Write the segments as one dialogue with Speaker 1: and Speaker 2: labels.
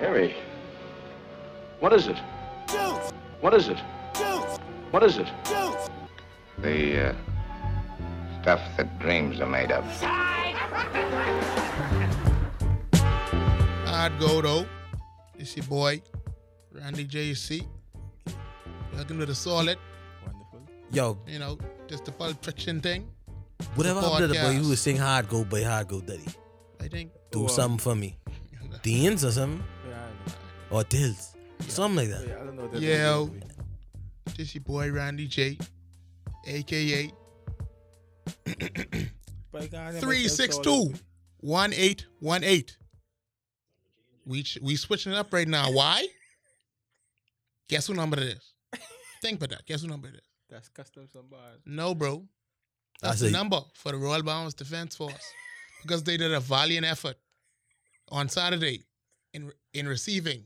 Speaker 1: Harry. What is it? What is it? What is it?
Speaker 2: The uh, stuff that dreams are made of.
Speaker 3: I'd go though. It's your boy, Randy JC. Welcome to the solid,
Speaker 4: Wonderful.
Speaker 5: Yo,
Speaker 3: you know, just the pulpitron thing.
Speaker 5: whatever I did, boy,
Speaker 3: podcast.
Speaker 5: you would sing hard go, boy, hard go, daddy.
Speaker 3: I think.
Speaker 5: Do
Speaker 4: Wow.
Speaker 5: something for me. Deans or something,
Speaker 4: Yeah,
Speaker 5: or tills, something like
Speaker 4: I, know.
Speaker 5: that.
Speaker 4: yeah, I don't know. What that
Speaker 3: Yeah.
Speaker 4: is, anyway.
Speaker 3: This your boy, Randy J, aka
Speaker 4: But God, I'm
Speaker 3: Three,
Speaker 4: so
Speaker 3: six,
Speaker 4: solid.
Speaker 3: two. 1818. We, ch- we switching it up right now. Why? Guess who number it is? Think about that. Guess who number it is?
Speaker 4: That's custom somebody.
Speaker 3: No, bro. That's
Speaker 5: I
Speaker 3: the
Speaker 5: see.
Speaker 3: number for the Royal Bombers Defense Force because they did a valiant effort on Saturday in in receiving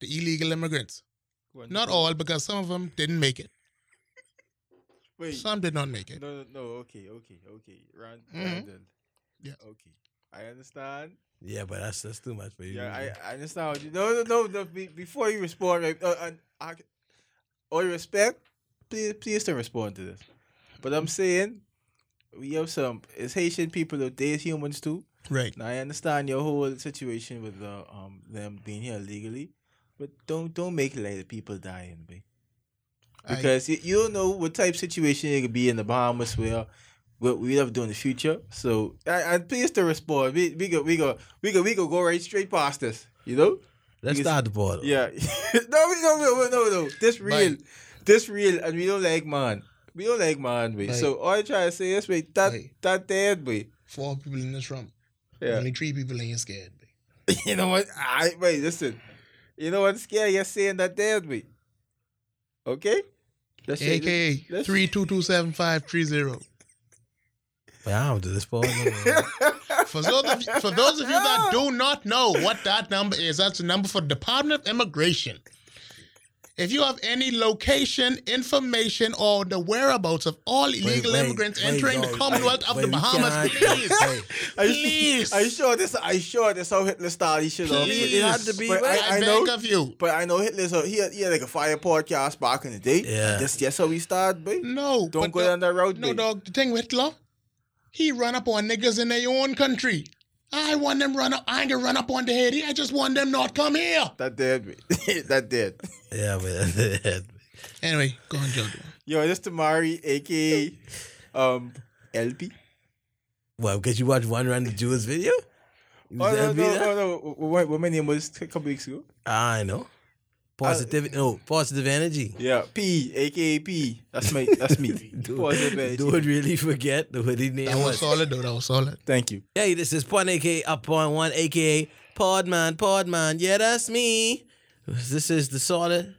Speaker 3: the illegal immigrants. Not all, because some of them didn't make it.
Speaker 4: Wait.
Speaker 3: Some did not make it.
Speaker 4: No, no, no. Okay, okay, okay. Round,
Speaker 3: Mhm.
Speaker 4: Randall.
Speaker 3: Yeah.
Speaker 4: Okay. I understand.
Speaker 5: Yeah, but that's that's too much, for you.
Speaker 4: Yeah, I, I understand. What you, no, no, no, no. Be, before you respond, right, uh, and I, all respect, please, please don't respond to this. But I'm saying, we have some. It's Haitian people. though, They is humans too.
Speaker 3: Right.
Speaker 4: Now I understand your whole situation with the um them being here illegally, but don't don't make it like the people dying, be.
Speaker 3: I-
Speaker 4: Because you, you don't know what type of situation it could be in the Bahamas where what we have to do in the future. So I, I'm pleased to respond. We we go we go we go we go go right straight past this. You know?
Speaker 5: Let's
Speaker 4: because-
Speaker 5: start the ball.
Speaker 4: Yeah. no, we no no no no. This real,
Speaker 3: Right.
Speaker 4: this real, and we don't like man. We don't like man, we.
Speaker 3: Right.
Speaker 4: So all I try to say is wait that
Speaker 3: Right.
Speaker 4: that dead way.
Speaker 3: Four people in this room.
Speaker 4: Yeah.
Speaker 3: Only three people ain't scared. babe.
Speaker 4: You know what? I wait, listen. You know what's scary? You're saying that there me. Okay? Let's change it.
Speaker 3: AKA
Speaker 4: Let's-
Speaker 3: three two two seven five three zero.
Speaker 5: But I don't do this ball. No, man.
Speaker 3: For those of you, for those of you that do not know what that number is, that's the number for Department of Immigration. If you have any location, information, or the whereabouts of all illegal
Speaker 5: wait,
Speaker 3: immigrants
Speaker 5: wait,
Speaker 3: entering
Speaker 5: no,
Speaker 3: the Commonwealth
Speaker 5: wait,
Speaker 3: of
Speaker 5: wait,
Speaker 3: the
Speaker 5: we
Speaker 3: Bahamas,
Speaker 5: can't-
Speaker 3: please,
Speaker 5: wait.
Speaker 4: Are you,
Speaker 3: Please.
Speaker 4: are you sure this I sure this how Hitler started shit off?
Speaker 3: Please.
Speaker 4: It had to be but
Speaker 3: I,
Speaker 4: I, I
Speaker 3: beg
Speaker 4: know
Speaker 3: of you.
Speaker 4: but I know Hitler's a, he had, he had like a fire podcast back in the day.
Speaker 5: Yeah.
Speaker 4: This that's how we started, babe.
Speaker 3: No,
Speaker 4: Don't
Speaker 3: but
Speaker 4: go
Speaker 3: the-
Speaker 4: down that road,
Speaker 3: No,
Speaker 4: babe.
Speaker 3: dog. The thing with Hitler, he run up on niggas in their own country. I want them run up. I ain't gonna run up on the Haiti. I just want them not come here.
Speaker 4: That dead me. that dead.
Speaker 5: yeah, but
Speaker 3: Anyway, go on, Joe.
Speaker 4: Yo, this Tamari, aka um LP.
Speaker 5: well, because you watched one round of Jewel's video. You
Speaker 4: Oh no, no,
Speaker 5: send me that?
Speaker 4: no, no. What, what my name was a couple weeks ago?
Speaker 5: Ah, I know. Positive, no, positive energy.
Speaker 4: Yeah, P, aka P. That's my that's me. Positive energy.
Speaker 5: Don't really forget the what his name
Speaker 3: That was
Speaker 5: was.
Speaker 3: solid, though. That was solid.
Speaker 4: Thank you.
Speaker 5: Hey, this is Pun aka Upon One aka Podman, Podman. Yeah, that's me. This is the solid.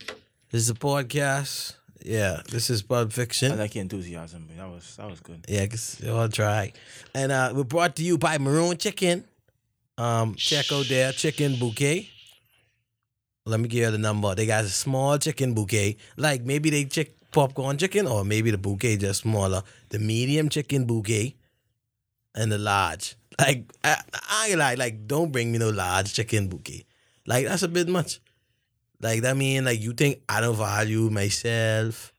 Speaker 5: This is the podcast. Yeah, this is Pulp
Speaker 4: I
Speaker 5: Fiction.
Speaker 4: like your enthusiasm. man. That was that was good.
Speaker 5: Yeah, cause I'll try. And uh, we're brought to you by Maroon Chicken. Um, check out their chicken bouquet. Let me give you the number. They got a small chicken bouquet. Like maybe they chick popcorn chicken, or maybe the bouquet just smaller. The medium chicken bouquet and the large. Like I, I like like don't bring me no large chicken bouquet. Like that's a bit much. Like that mean like you think I don't value myself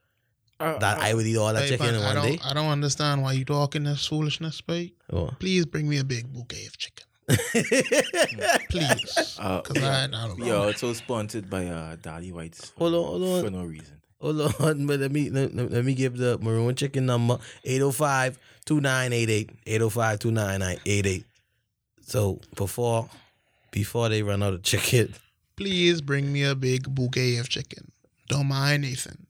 Speaker 5: that I would eat all that
Speaker 3: Hey,
Speaker 5: chicken
Speaker 3: man,
Speaker 5: in
Speaker 3: I
Speaker 5: one
Speaker 3: don't,
Speaker 5: day.
Speaker 3: I don't understand why you talking this foolishness, babe.
Speaker 5: Oh.
Speaker 3: Please bring me a big bouquet of chicken. Please.
Speaker 4: Uh,
Speaker 3: Because I, I don't
Speaker 4: we
Speaker 3: know.
Speaker 4: are also sponsored by uh, Dolly White's
Speaker 5: Hold on, hold on.
Speaker 4: for no reason.
Speaker 5: Hold on, but let me let, let- let me give the maroon chicken number 805-2988. 805-2988. So before before they run out of chicken,
Speaker 3: Please bring me a big bouquet of chicken. Don't mind Nathan.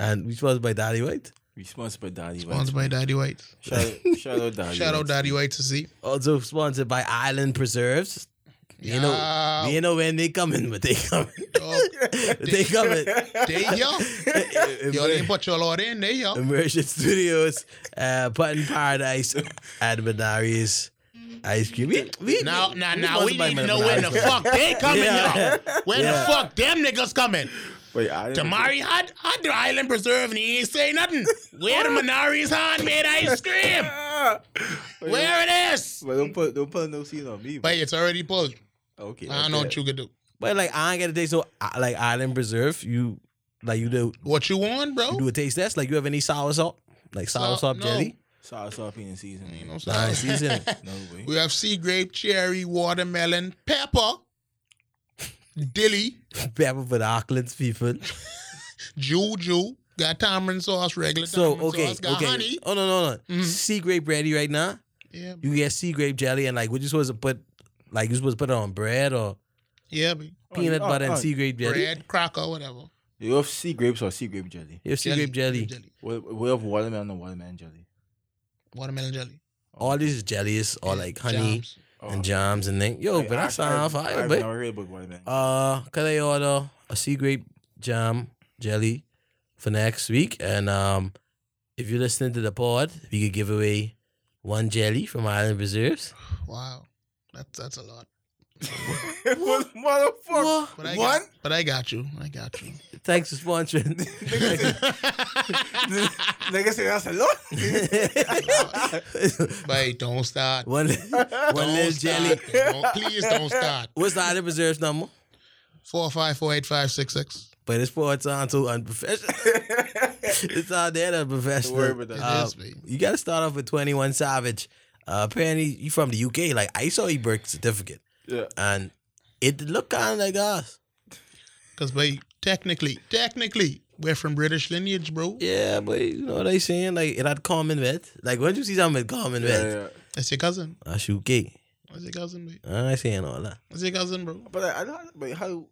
Speaker 5: and we supposed by Daddy White.
Speaker 4: We sponsored by Dolly
Speaker 3: Sponsored by
Speaker 4: White's.
Speaker 3: Daddy White.
Speaker 4: Shout, shout out Dolly.
Speaker 3: Shout out Daddy White to see.
Speaker 5: Also sponsored by Island Preserves. You know,
Speaker 3: Yeah.
Speaker 5: you know when they coming, but they coming. they coming.
Speaker 3: They yo. Yo, they put your Lord in. They yo.
Speaker 5: Immersion Studios, uh, Button Paradise, and Menaries Ice Cream. We, we,
Speaker 3: Now, now, now,
Speaker 5: sponsored
Speaker 3: we
Speaker 5: by
Speaker 3: need to know when the
Speaker 5: Menards.
Speaker 3: fuck they coming,
Speaker 5: Yeah.
Speaker 3: yo. When
Speaker 5: Yeah.
Speaker 3: the fuck them niggas coming?
Speaker 4: Wait, I didn't-
Speaker 3: Tamari had, had the island preserve and he ain't say nothing. Where the Minari's hand made ice cream?
Speaker 4: Ah! Wait,
Speaker 3: Where it is?
Speaker 4: But don't put don't put no scene on me.
Speaker 3: Wait, it's already pulled.
Speaker 4: okay.
Speaker 3: I don't know
Speaker 4: okay.
Speaker 3: what you could do.
Speaker 5: But like I ain't got a taste no I- like island preserve. You like you do
Speaker 3: What you want, bro?
Speaker 5: you do a taste test. Like you have any sour salt? Like sour
Speaker 3: No,
Speaker 5: salt
Speaker 3: no.
Speaker 5: jelly?
Speaker 4: Sour salt peanut seasoning.
Speaker 3: You know what I'm
Speaker 5: Nice
Speaker 3: saying?
Speaker 5: season.
Speaker 4: No way.
Speaker 3: we have sea grape, cherry, watermelon, pepper, dilly,
Speaker 5: Pepper for the Auckland's people.
Speaker 3: juju. Got tamarind sauce, regular
Speaker 5: So
Speaker 3: tamarind
Speaker 5: okay,
Speaker 3: sauce. Got
Speaker 5: okay.
Speaker 3: honey.
Speaker 5: Oh no no no.
Speaker 3: Mhm.
Speaker 5: Sea grape ready right now.
Speaker 3: Yeah,
Speaker 5: You get sea grape jelly and like what you supposed to put like you supposed to put it on bread or
Speaker 3: yeah, but
Speaker 5: peanut
Speaker 4: oh,
Speaker 5: butter
Speaker 4: oh.
Speaker 5: and sea grape jelly.
Speaker 3: bread, cracker, whatever.
Speaker 4: You have sea grapes or sea grape jelly?
Speaker 5: You have sea grape jelly.
Speaker 4: We, we have watermelon or watermelon jelly.
Speaker 3: watermelon jelly,
Speaker 5: All this is jellies or like honey
Speaker 3: Jams.
Speaker 5: and jams and things. Yo,
Speaker 4: Hey,
Speaker 5: but
Speaker 4: Oh. I-
Speaker 5: that sounds
Speaker 4: I,
Speaker 5: fire,
Speaker 4: I've
Speaker 5: but
Speaker 4: never heard about watermelon.
Speaker 5: uh, could I order a sea grape jam jelly for next week? And um, if you're listening to the pod, we could give away one jelly from Island Reserves.
Speaker 3: Wow, that's that's a lot.
Speaker 4: what motherfucker?
Speaker 5: Whoa,
Speaker 3: But I
Speaker 4: One?
Speaker 3: Got, but I got you. I got you.
Speaker 5: thanks for sponsoring.
Speaker 4: Nigga say that's a lot.
Speaker 3: but don't start.
Speaker 5: one, one
Speaker 3: Don't
Speaker 5: little jelly.
Speaker 3: start. Don't- please don't start.
Speaker 5: What's the Island Reserves number?
Speaker 3: Four five four eight five six six.
Speaker 5: But it's for it's on to unprofessional. it's out there to professional.
Speaker 4: worry about that. It
Speaker 5: Uh,
Speaker 3: is, babe.
Speaker 5: you got to start off with 21 Savage. Uh, apparently, you from the UK. Like, I saw your birth certificate,
Speaker 4: yeah.
Speaker 5: and it looked kind of like us.
Speaker 3: Cause by technically, technically, we're from British lineage, bro.
Speaker 5: Yeah, but you know what I'm saying? Like, it had common with. Like, once you see something with common
Speaker 4: Yeah,
Speaker 5: with,
Speaker 4: yeah.
Speaker 3: That's your cousin.
Speaker 5: that's UK.
Speaker 3: That's your cousin, babe.
Speaker 5: I ain't saying all that.
Speaker 3: That's your cousin, bro.
Speaker 4: But I, I don't. But how?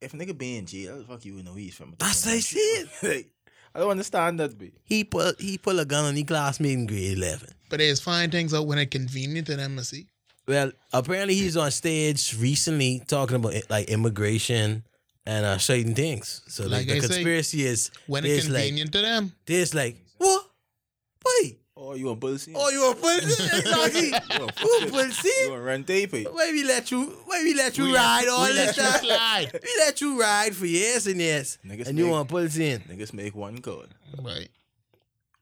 Speaker 4: If nigga be in jail, how the fuck you would know he's from? a
Speaker 5: That's
Speaker 4: different
Speaker 5: what I
Speaker 4: country? like, I don't understand that. Be
Speaker 5: He pull, he pull a gun on his classmate in grade 11.
Speaker 3: But they just find things out when it's convenient to them, I see.
Speaker 5: Well, apparently he's on stage recently talking about like immigration and uh, certain things. So
Speaker 3: Like
Speaker 5: like, the
Speaker 3: I say,
Speaker 5: conspiracy is
Speaker 3: When
Speaker 5: there's
Speaker 3: it's
Speaker 5: like
Speaker 3: convenient to them.
Speaker 5: there's like what, boy?
Speaker 4: oh, you a bullshit?
Speaker 5: Oh, you a pussy? Exactly.
Speaker 4: you a
Speaker 5: Who
Speaker 4: bullshit?
Speaker 5: pussy?
Speaker 4: You a rent tape? eh?
Speaker 5: Why we let you? Why we let you
Speaker 3: We
Speaker 5: ride
Speaker 3: let-
Speaker 5: all
Speaker 3: we let
Speaker 5: this
Speaker 3: you
Speaker 5: time?
Speaker 3: slide.
Speaker 5: We let you ride for years and years,
Speaker 4: Niggas
Speaker 5: and you
Speaker 4: make-
Speaker 5: want pussy in
Speaker 4: Niggas make one call.
Speaker 3: Right.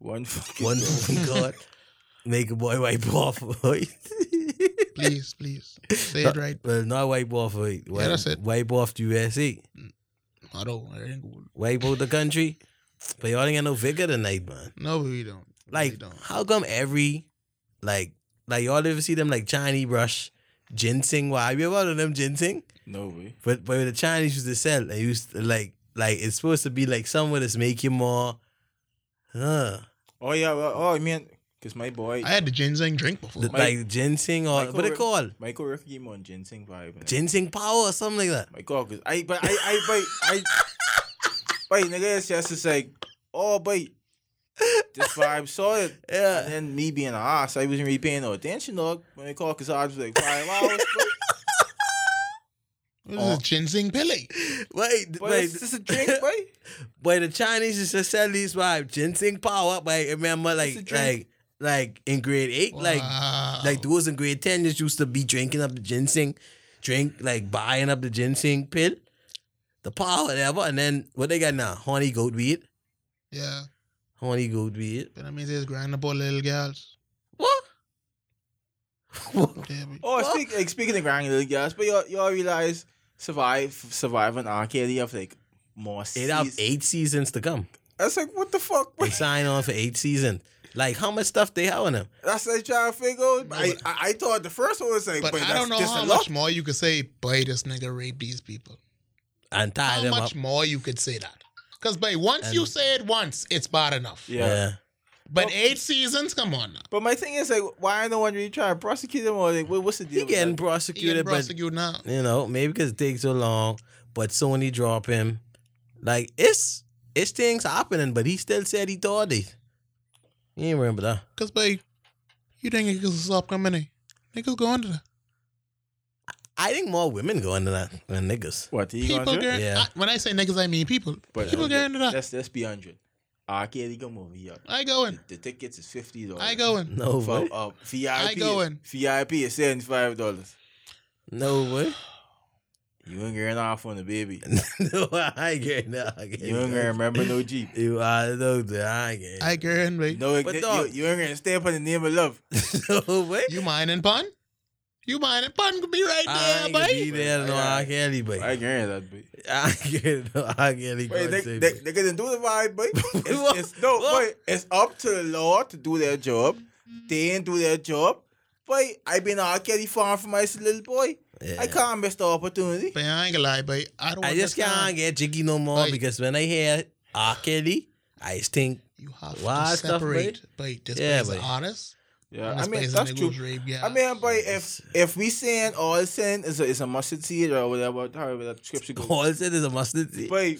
Speaker 4: One fucking.
Speaker 5: one
Speaker 4: call.
Speaker 5: God. Make a boy wipe off, boy.
Speaker 3: Please, please. Say it right.
Speaker 5: Well, not wipe off, boy. Wipe,
Speaker 3: that's it.
Speaker 5: Wipe off the USA.
Speaker 3: I don't. I ain't good.
Speaker 5: wipe out the country. But y'all ain't got no vigor tonight, man.
Speaker 3: No, we don't. we
Speaker 5: Like,
Speaker 3: don't.
Speaker 5: how come every like like y'all ever see them like Chinese brush ginseng? Why have you ever heard of them ginseng?
Speaker 4: No way.
Speaker 5: But but the Chinese used to sell, they used to, like like it's supposed to be like somewhere that's make you more. Huh.
Speaker 4: Oh yeah. Well, oh, I mean, cause my boy,
Speaker 3: I had the ginseng drink before.
Speaker 5: The- like ginseng or
Speaker 4: Michael
Speaker 5: what it
Speaker 4: Rick-
Speaker 5: called?
Speaker 4: my coworker gave me on ginseng vibe. and I-
Speaker 5: Ginseng power or something like that.
Speaker 4: My God, cause I, but I, I, but I, but nigga, it's just it's like, oh, but this vibe saw it,
Speaker 5: Yeah.
Speaker 4: and then me being an ass, I wasn't really paying no attention, dog. When they called, cause I was like five hours. But,
Speaker 3: This is ginseng pilly.
Speaker 5: Wait,
Speaker 4: but
Speaker 5: wait.
Speaker 4: it's just a drink, boy.
Speaker 5: But the Chinese used to sell these vibe ginseng power. But I remember
Speaker 4: a
Speaker 5: like like
Speaker 4: drink.
Speaker 5: like in grade eight, like
Speaker 3: Wow.
Speaker 5: Like those in grade 10 just used to be drinking up the ginseng, drink, like buying up the ginseng pill, the power, whatever. And then what they got now? Horny goat weed.
Speaker 3: yeah.
Speaker 5: Horny goat weed.
Speaker 3: But I mean, there's grinding up all little girls.
Speaker 5: What?
Speaker 3: Yeah, but
Speaker 4: Oh,
Speaker 5: What?
Speaker 4: speak, like, speaking of grinding little guys, but y'all, y'all realize survive, survive an arcade, you have like more.
Speaker 5: It have
Speaker 4: seas-
Speaker 5: eight seasons to come.
Speaker 4: I was like, what the fuck?
Speaker 5: They
Speaker 4: boy?
Speaker 5: sign on for eight seasons. Like how much stuff they have on them?
Speaker 4: That's like trying to figure. out. I,
Speaker 3: but-
Speaker 4: I, I thought the first one was like,
Speaker 3: but I
Speaker 4: that's
Speaker 3: don't know
Speaker 4: just
Speaker 3: how
Speaker 4: a
Speaker 3: much
Speaker 4: lot.
Speaker 3: more you could say, boy, this nigga raped these people.
Speaker 5: And tie
Speaker 3: How
Speaker 5: them
Speaker 3: much
Speaker 5: up.
Speaker 3: more you could say that? Because, boy, once you
Speaker 5: And-
Speaker 3: say it once, it's bad enough.
Speaker 5: Yeah.
Speaker 4: yeah.
Speaker 3: But
Speaker 4: Well-
Speaker 3: eight seasons? Come on now.
Speaker 4: But my thing is like, why ain't no one really trying to prosecute him or like, what- what's the deal?
Speaker 5: He
Speaker 4: with
Speaker 5: getting
Speaker 3: He
Speaker 4: that?
Speaker 3: getting
Speaker 5: prosecuted, but
Speaker 3: prosecuted now.
Speaker 5: you know, maybe because it takes so long, but Sony drop him. Like it's it's things happening, but he still said he thought it. You ain't remember that.
Speaker 3: Because, boy, you think niggas is up coming in? Niggas going to the
Speaker 5: I think more women go into that than niggas.
Speaker 4: What he
Speaker 3: people.
Speaker 4: gonna do?
Speaker 3: Girl,
Speaker 5: Yeah. uh,
Speaker 3: I- when I say niggas, I mean people. people
Speaker 4: okay,
Speaker 3: going to that.
Speaker 4: Let's let's be hundred. R. Kelly come over here.
Speaker 3: I going.
Speaker 4: The tickets is fifty dollars.
Speaker 3: I going.
Speaker 5: No
Speaker 4: For,
Speaker 5: way.
Speaker 4: uh, VIP.
Speaker 3: I going.
Speaker 4: VIP is seventy five dollars.
Speaker 5: No way.
Speaker 4: You ain't getting off on the baby.
Speaker 5: no, I ain't getting that. I ain't
Speaker 4: You ain't gonna
Speaker 5: getting
Speaker 4: remember no Jeep.
Speaker 5: that. You I know that I ain't getting
Speaker 3: I going, babe.
Speaker 4: No,
Speaker 5: But
Speaker 4: you,
Speaker 5: dog-
Speaker 4: you ain't gonna stay up on the name of love.
Speaker 5: that. No way.
Speaker 3: You mind and pun? You mind it? Button could be right
Speaker 5: I
Speaker 3: there,
Speaker 5: ain't gonna be
Speaker 3: buddy.
Speaker 5: there no R. Kelly, but
Speaker 4: I guarantee that. Be.
Speaker 5: I get no R. Kelly.
Speaker 4: Wait, they,
Speaker 5: concert,
Speaker 4: they,
Speaker 5: but-
Speaker 4: they couldn't do the vibe, but
Speaker 5: What?
Speaker 4: it's, it's no,
Speaker 5: What?
Speaker 4: but it's up to the law to do their job. They didn't do their job. But I been R. Kelly farm for my little boy.
Speaker 5: Yeah.
Speaker 4: I can't miss the opportunity.
Speaker 3: But I ain't gonna lie, but I don't.
Speaker 5: I just can't
Speaker 3: understand.
Speaker 5: get jiggy no more
Speaker 3: Wait.
Speaker 5: because when I hear R. Kelly, I just think
Speaker 3: You have
Speaker 5: Why
Speaker 3: to
Speaker 5: stuff, boy?
Speaker 3: separate. But this
Speaker 5: Yeah,
Speaker 3: yeah, is an
Speaker 5: boy.
Speaker 3: artist.
Speaker 4: Yeah,
Speaker 3: this
Speaker 4: I mean
Speaker 3: place is
Speaker 4: that's
Speaker 3: a nigga
Speaker 4: true.
Speaker 3: who's rape, yeah.
Speaker 4: I mean, but if if we saying all sin is a, is a mustard seed or whatever, however that scripture goes.
Speaker 5: all said is a mustard seed.
Speaker 4: But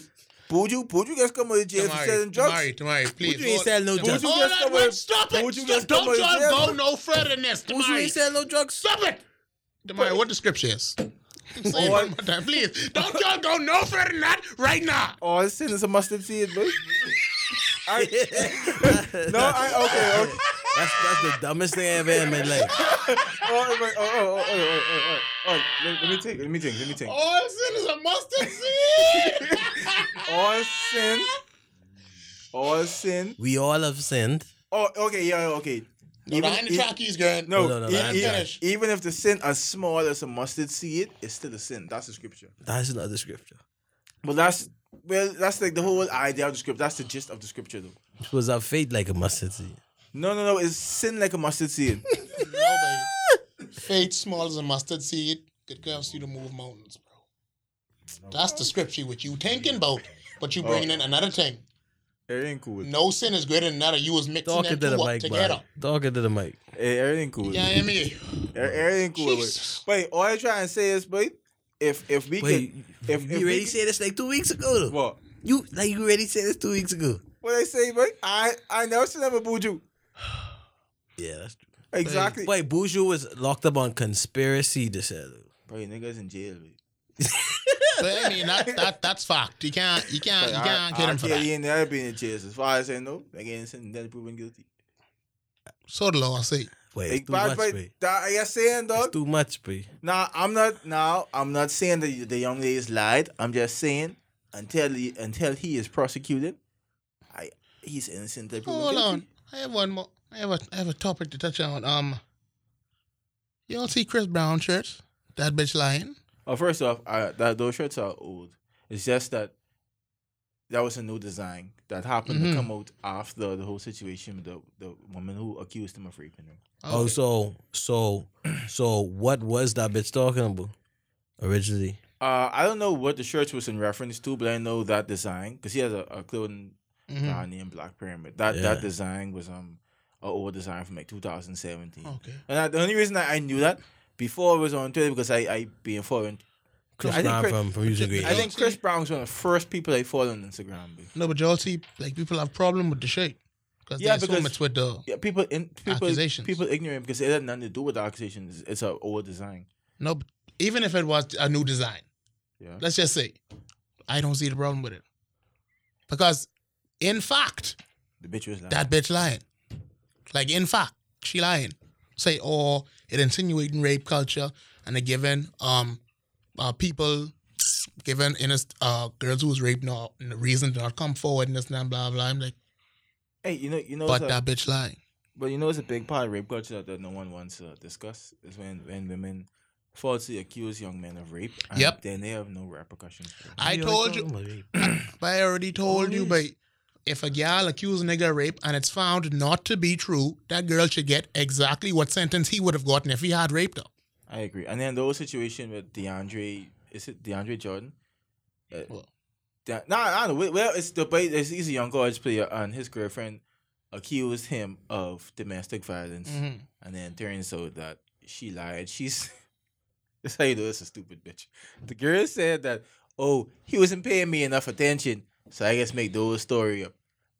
Speaker 4: Buju, Buju gets come out of jail for
Speaker 3: Tamari,
Speaker 4: selling drugs.
Speaker 3: Tamari, Tamari, please.
Speaker 5: you ain't
Speaker 3: all-
Speaker 5: sell no
Speaker 3: all-
Speaker 5: drugs?
Speaker 3: All
Speaker 4: Would
Speaker 3: that
Speaker 4: you just
Speaker 3: word,
Speaker 4: come-
Speaker 3: stop
Speaker 4: would you
Speaker 3: it. Just
Speaker 4: just come
Speaker 3: don't
Speaker 4: out
Speaker 3: y'all go
Speaker 4: jail?
Speaker 3: no further than this.
Speaker 5: Who's you ain't
Speaker 3: Tamari,
Speaker 5: sell no drugs?
Speaker 3: stop it. Tamari, what the scripture is? Say it one more time, please. Don't y'all go no further than that right now.
Speaker 4: All sin is a mustard seed, but I, no, I okay, okay.
Speaker 5: That's that's the dumbest thing I've ever in my life.
Speaker 4: Oh, wait, oh, oh, oh, oh, oh, oh, oh, oh, let, let me think, let me think, let me think.
Speaker 3: All sin is a mustard seed.
Speaker 4: All sin, all sin.
Speaker 5: We all have sinned.
Speaker 4: Oh, okay, yeah, okay.
Speaker 3: no, behind the
Speaker 4: if-
Speaker 3: trackies, girl.
Speaker 4: no,
Speaker 5: No, no, no,
Speaker 4: e-
Speaker 5: I'm
Speaker 4: e-
Speaker 5: done.
Speaker 4: even if the sin as small as a mustard seed, it's still a sin. That's the scripture.
Speaker 5: That's not the scripture.
Speaker 4: But that's well, that's like the whole idea of the scripture. That's the gist of the scripture, though.
Speaker 5: It was our faith like a mustard seed.
Speaker 4: No, no, no. It's sin like a mustard seed.
Speaker 3: No, baby. Faith small as a mustard seed. It helps you to move mountains, bro. That's the scripture which you thinking about, but you bringing in another thing.
Speaker 4: Everything cool.
Speaker 3: No sin is greater than another. You was mixing
Speaker 5: Talking
Speaker 3: that
Speaker 5: to the
Speaker 3: two up
Speaker 5: mic,
Speaker 3: together.
Speaker 5: bro. Talking to the mic.
Speaker 4: Eh, Everything cool.
Speaker 3: Yeah, I mean,
Speaker 4: Eh, Everything cool.
Speaker 3: Jesus.
Speaker 4: Wait, all I try and say is, wait, if if we
Speaker 5: Wait,
Speaker 4: can, if, if
Speaker 5: you
Speaker 4: we
Speaker 5: already
Speaker 4: can-
Speaker 5: said this like two weeks ago. Though.
Speaker 4: what?
Speaker 5: You like you already said this two weeks ago.
Speaker 4: What I say, boy? I I never said I'm a buju.
Speaker 5: Yeah, that's true.
Speaker 4: Exactly.
Speaker 5: Wait, Buju was locked up on conspiracy to sell.
Speaker 4: Bro, niggas in jail. Boy.
Speaker 3: but I mean that, that that's fact. You can't you can't you
Speaker 4: Like, I,
Speaker 3: can't get
Speaker 4: I
Speaker 3: him for
Speaker 4: can't
Speaker 3: that.
Speaker 4: even never been in jail. As far as I know, like innocent, then proven guilty.
Speaker 3: So the law say.
Speaker 5: Wait,
Speaker 4: Like,
Speaker 5: it's too
Speaker 4: but,
Speaker 5: much,
Speaker 4: but
Speaker 5: bro.
Speaker 4: that I guess saying
Speaker 5: It's
Speaker 4: dog.
Speaker 5: too much, bro.
Speaker 4: Now I'm not. Now I'm not saying that the young ladies lied. I'm just saying until he, until he is prosecuted, I he's innocent. They proven
Speaker 3: Hold
Speaker 4: guilty.
Speaker 3: on, I have one more. I have a I have a topic to touch on. Um, you don't see Chris Brown shirt? That bitch lying.
Speaker 4: Well, Oh, first off, I, that those shirts are old. It's just that that was a new design that happened
Speaker 3: Mhm.
Speaker 4: to come out after the whole situation with the, the woman who accused him of raping him.
Speaker 5: Oh, so so so what was that bitch talking about originally?
Speaker 4: Uh, I don't know what the shirts was in reference to, but I know that design because he has a, a clothing
Speaker 3: Mhm.
Speaker 4: brand named Black Pyramid. That
Speaker 5: Yeah.
Speaker 4: that design was um an old design from like 2017.
Speaker 3: Okay.
Speaker 4: And I, the only reason I, I knew that before I was on Twitter because I I been following.
Speaker 5: Chris
Speaker 4: I think
Speaker 5: Brown
Speaker 4: Chris-
Speaker 5: from from Using Great.
Speaker 4: I think Chris Brown was one of the first people I followed on Instagram. babe.
Speaker 3: No, but y'all see like people have problem with the shirt because
Speaker 4: Yeah,
Speaker 3: they assume
Speaker 4: because-
Speaker 3: it's with the
Speaker 4: Yeah, people in people
Speaker 3: Accusations.
Speaker 4: people ignorant because it had nothing to do with the accusations. It's an old design.
Speaker 3: no. but Even if it was a new design,
Speaker 4: Yeah.
Speaker 3: let's just say, I don't see the problem with it because, in fact,
Speaker 4: The bitch was lying.
Speaker 3: that bitch lying. Like in fact, she lying. Say or it insinuating rape culture and it giving um uh, people giving innocent uh girls who was raped no no reason to not come forward and this and that, blah blah. I'm like,
Speaker 4: hey, you know, you know,
Speaker 3: but
Speaker 4: it's a-
Speaker 3: that bitch lying.
Speaker 4: but you know, it's a big part of rape culture that, that no one wants to discuss is when when women falsely accuse young men of rape. And
Speaker 3: Yep.
Speaker 4: Then they have no repercussions. for it.
Speaker 3: I told you, but I already told you, but if a girl accused a nigga of rape and it's found not to be true, that girl should get exactly what sentence he would have gotten if he had raped her.
Speaker 4: I agree. And then the whole situation with DeAndre, is it DeAndre Jordan? Uh,
Speaker 3: Well-
Speaker 4: Da- nah, I don't know. Well, it's the but it's, he's a young college player, and his girlfriend accused him of domestic
Speaker 3: Mm-hmm.
Speaker 4: violence. And then turns out that she lied. She's that's how you know it's a stupid bitch. The girl said that, oh, he wasn't paying me enough attention, so I guess make the whole story up.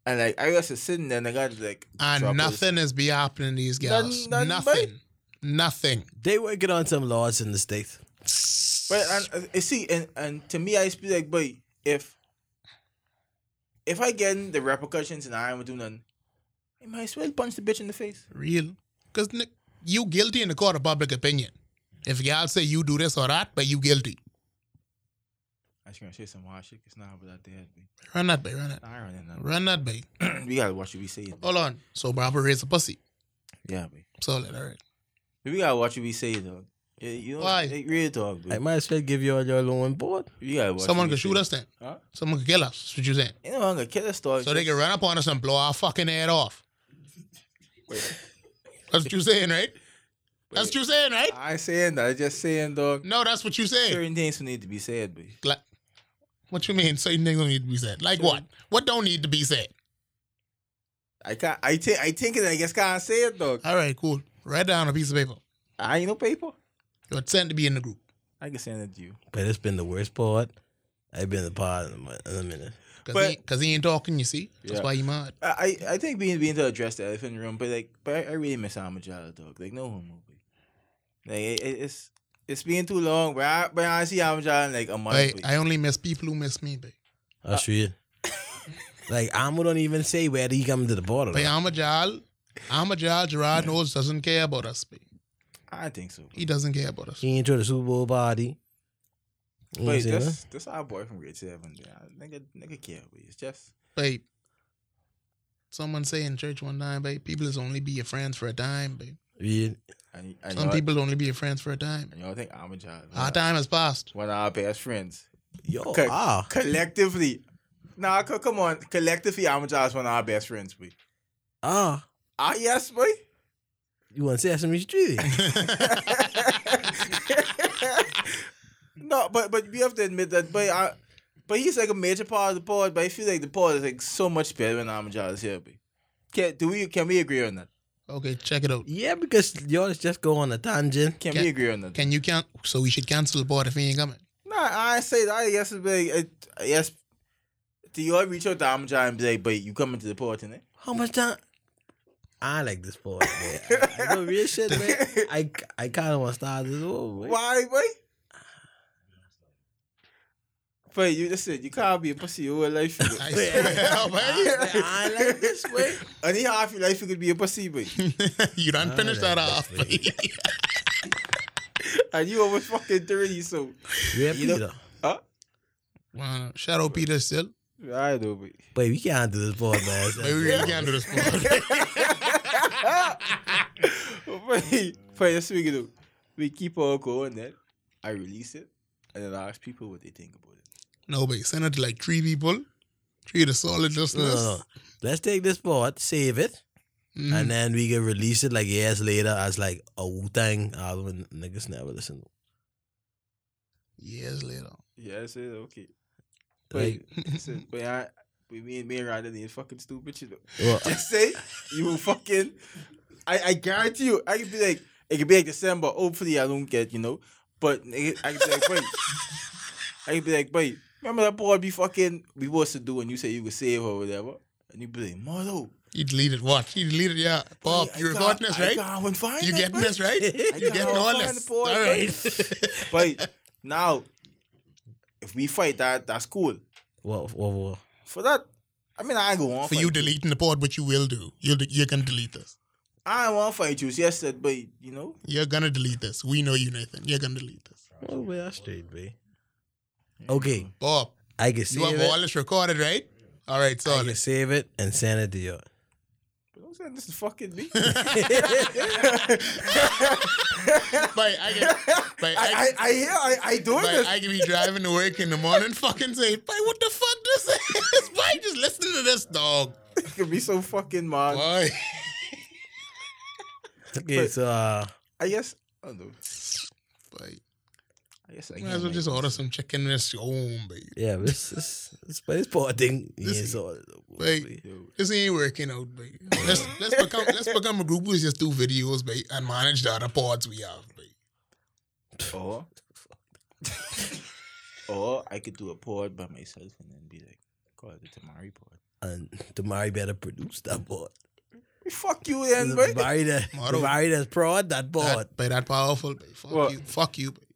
Speaker 4: And like I was just sitting there and I got like
Speaker 3: And
Speaker 4: droplets.
Speaker 3: nothing is be happening to these girls.
Speaker 4: Nothing- nothing,
Speaker 3: nothing. Nothing.
Speaker 5: They working on some laws in the states.
Speaker 4: But and, and see, and, and to me, I just be like, but if if I get the repercussions and I ain't do nothing, I might as well punch the bitch in the face.
Speaker 3: Real. Because you guilty in the court of public opinion. If y'all say you do this or that, but you guilty.
Speaker 4: I was gonna say some hard shit. It's not about that dead.
Speaker 3: Run that bay, run that.
Speaker 4: I running
Speaker 3: Run that bay.
Speaker 4: that. we gotta watch what we say.
Speaker 3: Hold on. So Barbara is a pussy.
Speaker 4: Yeah, man.
Speaker 3: So all right.
Speaker 4: We gotta watch what we say, though. Yeah, you don't,
Speaker 3: Why?
Speaker 4: They real talk, bro.
Speaker 5: I might as well give you all your loan board.
Speaker 4: you gotta watch
Speaker 3: Someone
Speaker 4: these
Speaker 3: could shoot
Speaker 4: things.
Speaker 3: us then.
Speaker 4: Huh?
Speaker 3: Someone could kill us. That's what you saying.
Speaker 4: Ain't no longer killer story.
Speaker 3: So they can run up on us and blow our fucking head off. That's what you saying, right? That's what you saying, right?
Speaker 4: I ain't saying that. I just saying, dog.
Speaker 3: No, that's what you saying.
Speaker 4: Certain things need to be said, but
Speaker 3: Like, what you mean? Certain things don't need to be said. Like what? What don't need to be said?
Speaker 4: I can't. I think. I think it. I just can't say it, dog.
Speaker 3: All right, cool. Write down a piece of paper.
Speaker 4: I ain't no paper.
Speaker 3: You would send to be in the group.
Speaker 4: I can send it to you.
Speaker 5: But it's been the worst part. I've been the part in a mi- in a minute.
Speaker 3: Because
Speaker 4: But-
Speaker 3: he, 'cause he ain't talking, you see? That's
Speaker 4: Yeah.
Speaker 3: why he mad.
Speaker 4: I, I I think being being to address the elephant in the room, but like, but I, I really miss Amajala, dog. Like, no homo, but like it, it- it's it's been too long. But I but I see Amajala in like a month.
Speaker 3: Wait,
Speaker 4: but-
Speaker 3: I only miss people who miss me, babe.
Speaker 5: That's real. like I'm don't even say where he come to the border.
Speaker 3: But I'm a Jal. I'm a Jal. Gerard knows doesn't care about us, babe.
Speaker 4: I think so.
Speaker 3: He doesn't care about us.
Speaker 5: He ain't to the Super Bowl party. You know what I'm
Speaker 4: Wait,
Speaker 5: saying, huh?
Speaker 4: that's that's our boy from grade seven. Yeah, nigga, nigga care, but it's just
Speaker 3: Babe. Someone say in church one time, babe, people is only be your friends for a time, babe.
Speaker 5: Real.
Speaker 4: and, and
Speaker 3: Some
Speaker 4: y'all,
Speaker 3: people only be your friends for a time.
Speaker 4: and y'all think Amajala.
Speaker 3: Our time has passed.
Speaker 4: One of our best friends.
Speaker 5: Yo,
Speaker 4: Okay.
Speaker 5: ah.
Speaker 4: Collectively, nah, co- come on. Collectively, Amajala is one of our best friends, boy.
Speaker 5: Ah.
Speaker 4: Ah, yes, boy.
Speaker 5: You want Sesame Street?
Speaker 4: no, but but we have to admit that. But I, but he's like a major part of the pod. But I feel like the pod is like so much better when Amajal is here. But can do we can we agree on that?
Speaker 3: Okay, check it out.
Speaker 5: yeah, because y'all just go on a tangent.
Speaker 4: Can,
Speaker 3: Can-
Speaker 4: we agree on that?
Speaker 3: Can you count? So we should cancel the board if he ain't coming.
Speaker 4: No, I ain't say that. I guess it's like it, I guess. Do you all reach out to Amajal and be like, "But you coming to the pod tonight?"
Speaker 5: How much time? I like this boy. man. I, I know real shit, man. I, I kind of want to start this over. man.
Speaker 4: Why, boy? But you listen, you can't be a pussy your whole life. you know.
Speaker 3: I swear,
Speaker 5: I, I like this way.
Speaker 4: Only half your life you could be a pussy, boy.
Speaker 3: babe. you done finished
Speaker 5: Alright,
Speaker 3: that off,
Speaker 5: babe.
Speaker 3: babe.
Speaker 4: And you over fucking 30, so.
Speaker 5: Yeah,
Speaker 4: You know-
Speaker 5: Peter.
Speaker 4: Huh?
Speaker 3: Wow, Shadow Peter still.
Speaker 4: I know, but.
Speaker 5: But we can't do this boy, man.
Speaker 3: Babe, we really can't do this board.
Speaker 4: Wait, wait, that's what we can do. We keep on going then. I release it and then I ask people what they think about it.
Speaker 3: No, but you send it to like three people, three of the solid
Speaker 5: No,
Speaker 3: listeners.
Speaker 5: no, no. Let's take this board, save it,
Speaker 3: Mhm.
Speaker 5: and then we can release it like years later as like a Wu Tang album. and Niggas never listen.
Speaker 3: Years later.
Speaker 4: Yeah, I said, okay.
Speaker 5: Like,
Speaker 4: Wait, listen, wait, I. We, me and me and Ryder ain't fucking stupid, you know.
Speaker 5: well,
Speaker 4: Just say you will fucking. I, I guarantee you. I could be like, it could be like December. Hopefully, I don't get you know. But nigga, I could be like, wait. I could be like, wait. Remember that boy be fucking. We was to do, and you say you could save her or whatever, and you be like, Marlo.
Speaker 3: He deleted what? He deleted, yeah. Bob,
Speaker 4: I
Speaker 3: you
Speaker 4: can't-
Speaker 3: recording this,
Speaker 4: I
Speaker 3: Oh, right?
Speaker 4: can't even find
Speaker 3: You
Speaker 4: that,
Speaker 3: getting
Speaker 4: boy.
Speaker 3: this, right? You
Speaker 4: can't
Speaker 3: getting all
Speaker 4: find the
Speaker 3: this. All
Speaker 4: boy,
Speaker 3: right.
Speaker 4: But now, if we fight, that that's cool.
Speaker 5: well, well, well.
Speaker 4: For that, I mean, I ain't gonna
Speaker 3: For
Speaker 4: fight
Speaker 3: you deleting the pod, which you will do. You'll, de- you're going to delete this.
Speaker 4: I ain't wanna fight you. Yes, said, but you know,
Speaker 3: You're going to delete this. We know you, Nathan. You're going to delete this.
Speaker 5: Well, we are straight, B. Okay,
Speaker 3: Bob,
Speaker 5: I can
Speaker 3: you
Speaker 5: save
Speaker 3: have all
Speaker 5: it.
Speaker 3: this recorded, right? All right,
Speaker 5: I
Speaker 3: solid.
Speaker 5: can save it and send it to you.
Speaker 4: but don't say this is fucking me.
Speaker 3: But I can, but I,
Speaker 4: I, I, I hear I, I doing
Speaker 3: but
Speaker 4: this.
Speaker 3: I can be driving to work in the morning, fucking say, "But what the fuck this is? Why just listen to this dog,
Speaker 4: it could be so fucking mad.
Speaker 3: boy?"
Speaker 5: Okay, so uh,
Speaker 4: I guess I don't know.
Speaker 3: But
Speaker 4: I guess I
Speaker 3: might as
Speaker 4: can't
Speaker 3: well
Speaker 4: make
Speaker 3: just
Speaker 4: it.
Speaker 3: order some chicken and it's your own, baby.
Speaker 5: yeah, this is this, but this poor thing. Yeah,
Speaker 3: This-
Speaker 5: so,
Speaker 3: Wait. This ain't working out, baby. Let's let's become let's become a group who just do videos, baby, and manage the other pods we have, baby.
Speaker 4: Or, or I could do a pod by myself and then be like, call it the Tamari pod.
Speaker 5: and Damari better produce that board.
Speaker 4: Fuck you then, boy.
Speaker 5: Damari that
Speaker 3: Motto.
Speaker 5: Damari that's prod that board.
Speaker 3: That, baby, that powerful, baby. Fuck
Speaker 4: What?
Speaker 3: you, fuck you, baby.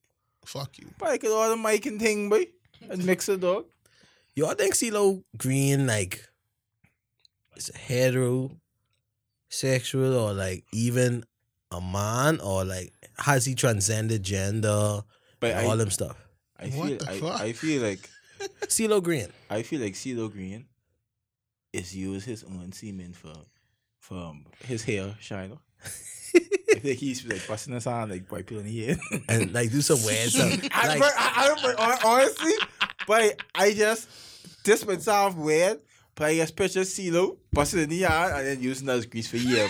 Speaker 3: Fuck you.
Speaker 4: But I could order mic and thing, boy, and mix it dog.
Speaker 5: Y'all think CeeLo Green like is hetero sexual or like even a man or like has he transcended gender
Speaker 4: But
Speaker 5: and all
Speaker 4: I,
Speaker 5: them stuff?
Speaker 4: I
Speaker 3: What
Speaker 4: feel,
Speaker 3: the
Speaker 4: I,
Speaker 3: fuck?
Speaker 4: I feel like,
Speaker 5: CeeLo Green.
Speaker 4: I feel like CeeLo Green is use his own semen for, from his hair shiner. I think he's like busting us on like white people in the head.
Speaker 5: and like do some weird stuff.
Speaker 4: I,
Speaker 5: Like,
Speaker 4: but I, I, but hon- honestly, but I just this might sound weird, but I just picture CeeLo busting in the yard and then using that as grease for years.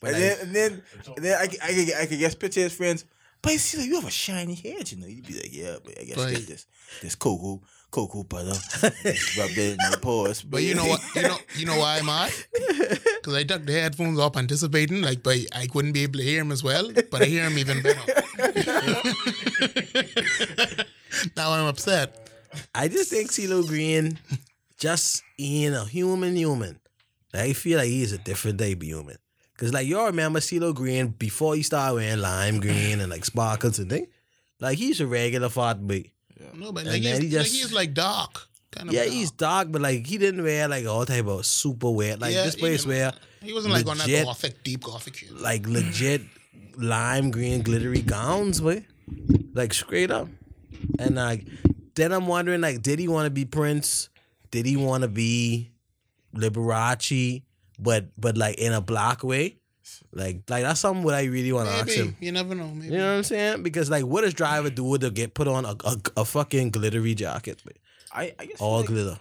Speaker 5: when
Speaker 4: and,
Speaker 5: I-
Speaker 4: then, and then, and then I, c- I, could- I could guess picture his friends. But CeeLo, you have a shiny head, you know. You'd be like, yeah, but I guess
Speaker 3: But-
Speaker 4: get this this cocoa cocoa butter, just rub that in my pores.
Speaker 3: But you know what? You know you know why am I? Because I took the headphones off anticipating, like, but I couldn't be able to hear him as well. But I hear him even better. now I'm upset.
Speaker 5: I just think CeeLo Green, just being a human, human. I feel like he's a different type of human. Cause like y'all remember CeeLo Green before he started wearing lime green and like sparkles and thing. Like he's a regular fat boy.
Speaker 3: No, but
Speaker 5: And
Speaker 3: like
Speaker 5: then
Speaker 3: he's,
Speaker 5: he
Speaker 3: like
Speaker 5: just-
Speaker 3: he's like dark. Kind
Speaker 5: Yeah,
Speaker 3: dark.
Speaker 5: he's dark, but like he didn't wear like all type of super weird. Like
Speaker 3: Yeah,
Speaker 5: this
Speaker 3: he
Speaker 5: place
Speaker 3: didn't-
Speaker 5: where
Speaker 3: He wasn't like on that
Speaker 5: legit-
Speaker 3: gothic, deep gothic shit.
Speaker 5: like legit lime green glittery gowns, boy. Like straight up. And like then I'm wondering like did he want to be Prince? Did he want to be Liberace? But but like in a black way? Like like that's something what I really want to ask
Speaker 3: Maybe
Speaker 5: him.
Speaker 3: you never know. Maybe
Speaker 5: You know what I'm saying? Because like what does driver do to get put on a, a, a fucking glittery jacket? boy?
Speaker 4: I, I guess
Speaker 5: All
Speaker 4: like,
Speaker 5: glitter.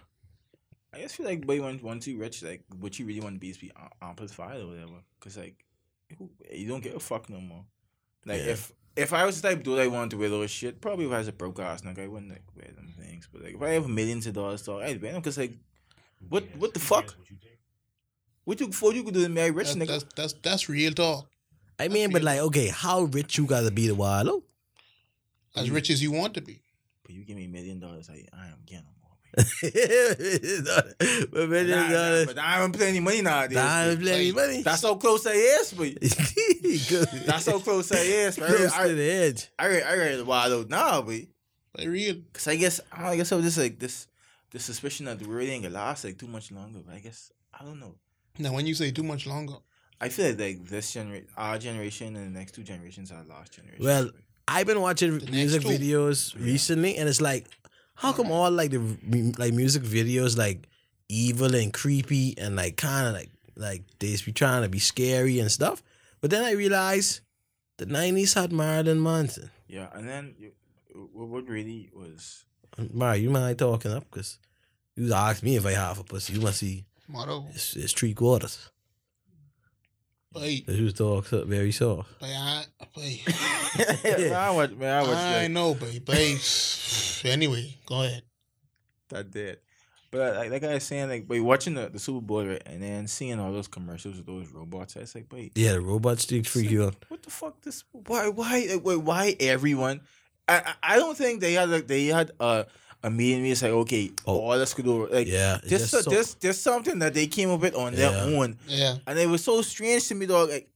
Speaker 4: I just feel like boy once once you rich, like what you really want to be is be am- amplified or whatever. Cause like who- you don't get a fuck no more. Like
Speaker 5: Yeah.
Speaker 4: if if I was the type dude I wanted to wear those shit, probably if I was a broke ass nigga, I wouldn't like wear them things. But like if I have millions of dollars, so I'd wear them. Cause like what what the fuck? What you for? You could do to marry rich
Speaker 3: That's,
Speaker 4: nigga?
Speaker 3: that's that's that's real talk.
Speaker 5: I mean, but like, okay, how rich you gotta be to wallow? Mm.
Speaker 3: As rich as you want to be.
Speaker 4: But you give me a million dollars, I I am getting them. all.
Speaker 5: but million
Speaker 4: Nah, nah,
Speaker 5: dollars,
Speaker 4: But I don't plenty money nowadays.
Speaker 5: nah,
Speaker 4: but,
Speaker 5: plenty
Speaker 4: like,
Speaker 5: money.
Speaker 4: That's how close I is, but
Speaker 5: Good.
Speaker 4: that's how close I is. But
Speaker 5: close
Speaker 4: I
Speaker 5: to
Speaker 4: I
Speaker 5: the edge.
Speaker 4: I I, I read wild out now, but.
Speaker 3: Like real.
Speaker 4: Cause I guess I, don't, I guess I was just like this, this suspicion that the really ain't gonna last like too much longer. But I guess I don't know.
Speaker 3: Now when you say too much longer,
Speaker 4: I feel like, like this generation, our generation, and the next two generations are last generation.
Speaker 5: Well, I've been watching
Speaker 3: next
Speaker 5: music
Speaker 3: two.
Speaker 5: videos recently, and it's like, how come all like the mu- like music videos like evil and creepy and like kind of like like they be trying to be scary and stuff, but then I realized the '90s had Marilyn Manson.
Speaker 4: yeah, and then you, what, what really was
Speaker 5: Mar, you mind talking up? Cause you asked me if I half a pussy. You must see
Speaker 3: motto.
Speaker 5: it's, it's three quarters.
Speaker 3: But,
Speaker 5: Cause you was talk so- very soft.
Speaker 3: but I, but
Speaker 4: man, I watch, man, I watch
Speaker 3: I
Speaker 4: like,
Speaker 3: know, but, but anyway, go ahead.
Speaker 4: that dead. But like, like I was saying, like, but watching the, the Super Bowl right, and then seeing all those commercials with those robots, I was like, wait,
Speaker 5: Yeah, the robot stick freak you out.
Speaker 4: what the fuck this why why like, wait, why everyone I, I I don't think they had like they had a a meeting where it's like okay
Speaker 5: Oh.
Speaker 4: all that's good over like
Speaker 5: Yeah, it's
Speaker 4: this
Speaker 5: just
Speaker 4: so,
Speaker 5: so-
Speaker 4: this this something that they came up with on
Speaker 5: Yeah.
Speaker 4: their own
Speaker 3: Yeah,
Speaker 4: and it was so strange to me dog like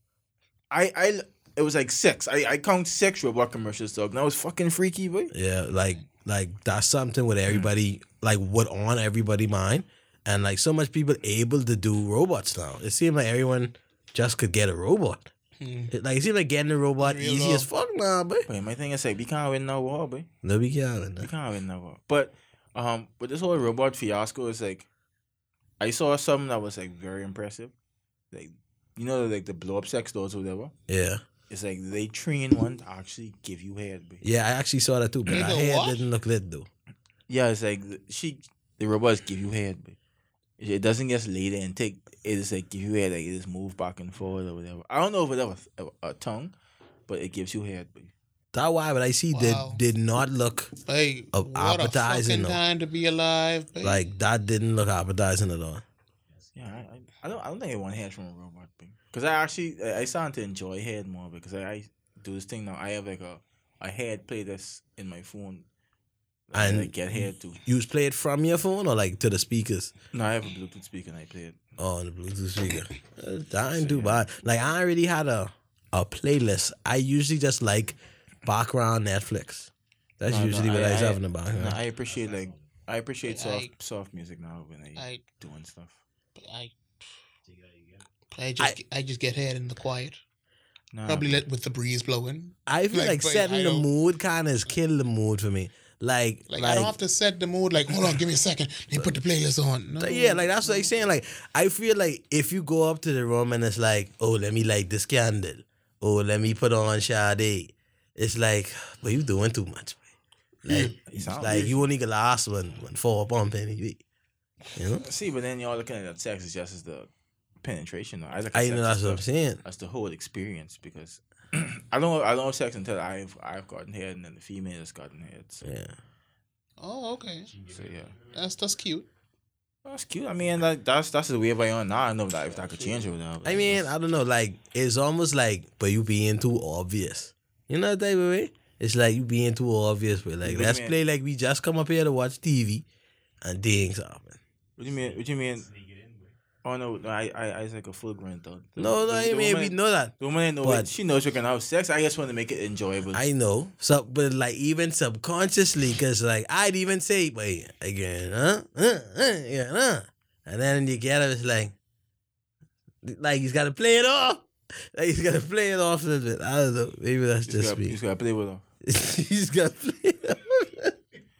Speaker 4: I I it was like six I I count six robot commercials dog and that was fucking freaky boy
Speaker 5: Yeah, like like that's something with everybody like what on everybody mind, and like so much people able to do robots now. It seemed like everyone just could get a robot.
Speaker 3: Hmm.
Speaker 5: It, like it seemed like getting a robot
Speaker 3: Real
Speaker 5: easy as fuck now, but
Speaker 4: but my thing is like we can't win no war boy
Speaker 5: no be kidding.
Speaker 4: You
Speaker 5: nah.
Speaker 4: can't win never. But um, but this whole robot fiasco is like, I saw something that was like very impressive, like you know like the blow up sex dolls or whatever.
Speaker 5: Yeah,
Speaker 4: It's like they train one to actually give you head. babe.
Speaker 5: yeah, I actually saw that too, but
Speaker 3: You
Speaker 5: her
Speaker 3: know
Speaker 5: hair
Speaker 3: what?
Speaker 5: didn't look lit though.
Speaker 4: Yeah, it's like th- she the robots give you head. babe. It doesn't just lay there and take. It is like give you head. Like it just move back and forward or whatever. I don't know if it was a, a tongue, but it gives you head. babe.
Speaker 5: That why what I see
Speaker 3: Wow.
Speaker 5: did did not look
Speaker 3: hey,
Speaker 5: Of
Speaker 3: what a
Speaker 5: appetizing,
Speaker 3: fucking
Speaker 5: though.
Speaker 3: time to be alive. babe.
Speaker 5: like that didn't look appetizing at all.
Speaker 4: Yeah, I, I, I don't I don't think I want head from a robot thing. Cause I actually I, I started to enjoy head more because I, I do this thing now. I have like a a head play that's in my phone. I
Speaker 5: And-
Speaker 4: like get head too.
Speaker 5: You was play it from your phone or like to the speakers.
Speaker 4: No, I have a Bluetooth speaker and I play it.
Speaker 5: Oh, and the Bluetooth speaker. Uh, That ain't too bad. Like I already had a a playlist. I usually just like background Netflix. That's
Speaker 4: No, no,
Speaker 5: usually what I,
Speaker 4: I-
Speaker 5: was
Speaker 4: I-
Speaker 5: having about.
Speaker 4: No, I appreciate like I appreciate
Speaker 3: I-
Speaker 4: soft soft music now when I
Speaker 3: I,
Speaker 4: doing stuff.
Speaker 3: I, I just, I, just get head in the quiet.
Speaker 4: Nah,
Speaker 3: Probably let with the breeze blowing.
Speaker 5: I feel like,
Speaker 3: Like, but I
Speaker 5: setting the
Speaker 3: don't-
Speaker 5: mood kind of is killing the mood for me. Like,
Speaker 3: Like, I don't have to set the mood. Like, hold on, give me a second. They put the playlist on. No.
Speaker 5: Th- Yeah, like that's what I'm saying. Like I feel like if you go up to the room and it's like, oh, let me light this candle, oh, let me put on Sade. It's like, but you doing too much. man. Like, it's
Speaker 4: sound
Speaker 5: like you only get last one, one four pump any week. You know?
Speaker 4: See, but then y'all looking at the sex is just as the penetration. though. I look at
Speaker 5: I
Speaker 4: sex
Speaker 5: know
Speaker 4: as
Speaker 5: that's what
Speaker 4: the-
Speaker 5: I'm saying.
Speaker 4: That's the whole experience because I don't I don't have sex until I've I've gotten head and then the female has gotten head. So
Speaker 5: Yeah.
Speaker 3: Oh, okay.
Speaker 4: so, yeah.
Speaker 3: That's that's cute.
Speaker 4: That's cute. I mean, that, that's that's the way I am now. I know that if that could change or whatever.
Speaker 5: I mean, I don't know. Like it's almost like, but you being too obvious. You know that type of way. It's like you being too obvious. But like,
Speaker 4: What do
Speaker 5: let's
Speaker 4: you mean?
Speaker 5: play like we just come up here to watch TV, and things happen.
Speaker 4: what do you mean? What do you mean? Oh no, no I I I was like a full grown thug. The-
Speaker 5: No, no,
Speaker 4: the-
Speaker 5: I
Speaker 4: the
Speaker 5: mean we
Speaker 4: woman-
Speaker 5: know that.
Speaker 4: The woman ain't know
Speaker 5: but-
Speaker 4: it. She knows you can have sex. I just want to make it enjoyable.
Speaker 5: I know. So, but like even subconsciously, cause like I'd even say, wait again, huh, uh, uh, yeah, huh, and then you get it. It's like, like he's got to play it off. Like he's got to play it off a little bit. I don't know. Maybe that's
Speaker 4: You
Speaker 5: just
Speaker 4: gotta, you
Speaker 5: me.
Speaker 4: just gotta play with her.
Speaker 5: he's got to play it off.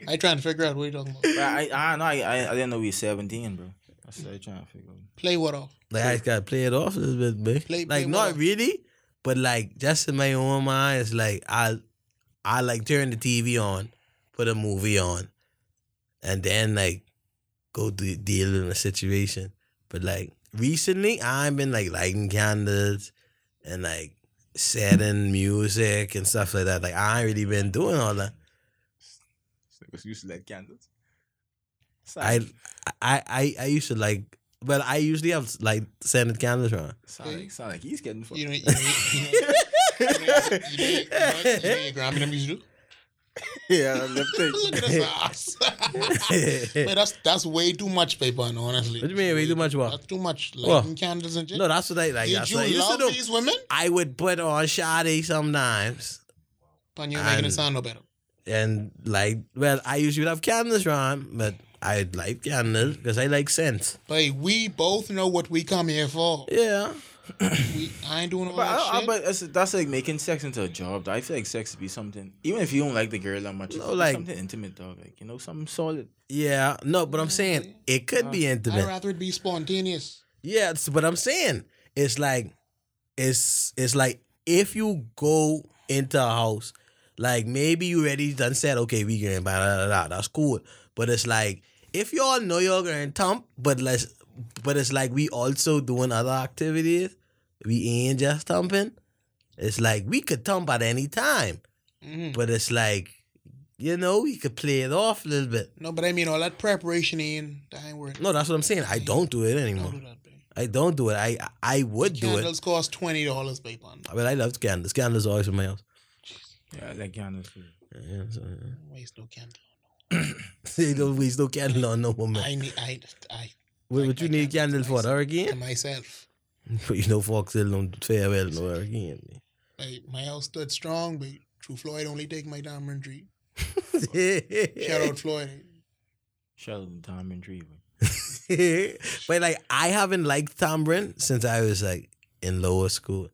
Speaker 3: I trying to figure out what you talking about.
Speaker 4: But I I know I, I I didn't know we were seventeen, bro. That's what I'm trying to figure. out.
Speaker 3: Play what off?
Speaker 5: Like I just gotta play it off a little bit, man.
Speaker 3: Play-
Speaker 5: like
Speaker 3: play
Speaker 5: not
Speaker 3: what?
Speaker 5: really, but like just in my own mind, it's like I, I like turn the TV on, put a movie on, and then like go de- deal with the situation. But like recently, I've been like lighting candles and like setting music and stuff like that. Like I ain't really been doing all that.
Speaker 4: Because you select candles.
Speaker 5: I, I, I, I used to like, but I usually have like scented candles around.
Speaker 4: sound like, sound like he's getting fucked.
Speaker 3: You know, you know, you know, you know, you know, you know, you know, you know your grandma them used to do.
Speaker 4: yeah, that's the thing.
Speaker 3: Look at his ass. Man, that's that's way too much paper, and honestly.
Speaker 5: What do you mean, way too much what?
Speaker 3: That's too much.
Speaker 5: What?
Speaker 3: Lighting candles and shit.
Speaker 5: No, that's what I like.
Speaker 3: Did
Speaker 5: that's what I
Speaker 3: you
Speaker 5: used to
Speaker 3: love
Speaker 5: do.
Speaker 3: these women?
Speaker 5: I would put on Sade sometimes.
Speaker 3: And you're making it
Speaker 5: And-
Speaker 3: sound no better.
Speaker 5: And like, well, I usually would have candles around, but I like candles because I like scents.
Speaker 3: But we both know what we come here for.
Speaker 5: Yeah.
Speaker 3: We, I ain't doing all
Speaker 4: But,
Speaker 3: that
Speaker 4: I, I,
Speaker 3: shit.
Speaker 4: but that's, that's like making sex into a job. though. I feel like sex would be something, even if you don't like the girl that much,
Speaker 5: No,
Speaker 4: it's
Speaker 5: like-
Speaker 4: something intimate, dog. Like you know, something solid.
Speaker 5: Yeah. No, but I'm saying it could be
Speaker 3: I'd
Speaker 5: intimate.
Speaker 3: rather it be spontaneous.
Speaker 5: Yeah, it's what I'm saying. It's like, it's it's like if you go into a house, like maybe you already done said, okay, we going blah, blah, blah, blah, that's cool. But it's like if y'all know you're going to thump, but let's, but it's like we also doing other activities. We ain't just thumping. It's like we could thump at any time,
Speaker 3: Mhm.
Speaker 5: but it's like you know we could play it off a little bit.
Speaker 3: No, but I mean all that preparation in. I ain't worried.
Speaker 5: No, that's what I'm saying. I don't do it anymore.
Speaker 3: Don't do that, babe.
Speaker 5: I don't do it. I I would do it.
Speaker 3: Candles cost twenty dollars, babe. On
Speaker 5: I mean, I love candles. Candles are always in my house.
Speaker 4: Yeah, I like Giannis.
Speaker 5: Yeah, so, yeah.
Speaker 3: waste no candle.
Speaker 5: they don't waste no candle on no woman.
Speaker 3: I need. I. I.
Speaker 5: what
Speaker 3: like
Speaker 5: what you
Speaker 3: my
Speaker 5: need candle
Speaker 3: candles
Speaker 5: for? The
Speaker 3: To
Speaker 5: hurricane?
Speaker 3: myself.
Speaker 5: But you know, Fox Hill don't fare well no hurricane.
Speaker 3: Like, my house stood strong, but True Floyd only take my diamond tree. Shout
Speaker 5: but
Speaker 3: out Floyd.
Speaker 4: Shout out to Diamond Dreamer.
Speaker 5: like, I haven't liked tambourine since I was like in lower school.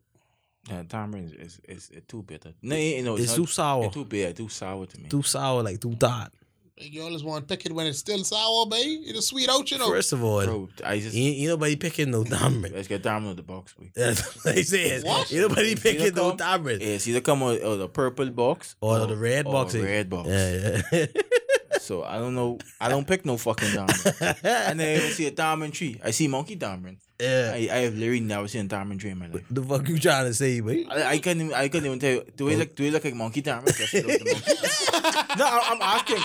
Speaker 4: Yeah, Diamond is is, is it too bitter. No, you know,
Speaker 5: It's
Speaker 4: not-
Speaker 5: too sour,
Speaker 4: Oh, It's too bitter, too sour to me.
Speaker 5: too sour, like too tart.
Speaker 3: Like, you always want to pick it when it's still sour, babe. It's a sweet out, you know.
Speaker 5: First of all,
Speaker 4: Bro, I just
Speaker 5: ain't, ain't nobody picking no tambourine.
Speaker 4: let's get Diamond on the box, boy.
Speaker 5: That's what I said.
Speaker 3: What?
Speaker 5: Ain't nobody
Speaker 4: If you
Speaker 5: picking no
Speaker 4: come-
Speaker 5: tambourine.
Speaker 4: It's either come on or the purple box
Speaker 5: Or the red
Speaker 4: or
Speaker 5: box.
Speaker 4: Red box.
Speaker 5: Yeah,
Speaker 4: So I don't know. I don't pick no fucking diamond. I
Speaker 5: yeah.
Speaker 4: never even see a diamond tree. I see monkey diamond.
Speaker 5: yeah.
Speaker 4: I, I have literally never seen a diamond tree in my life.
Speaker 5: The fuck you trying to say, boy?
Speaker 4: I, I couldn't even, I couldn't even tell you. Do we look do we look like monkey diamonds? Yes, we look like monkey. no, I, I'm asking.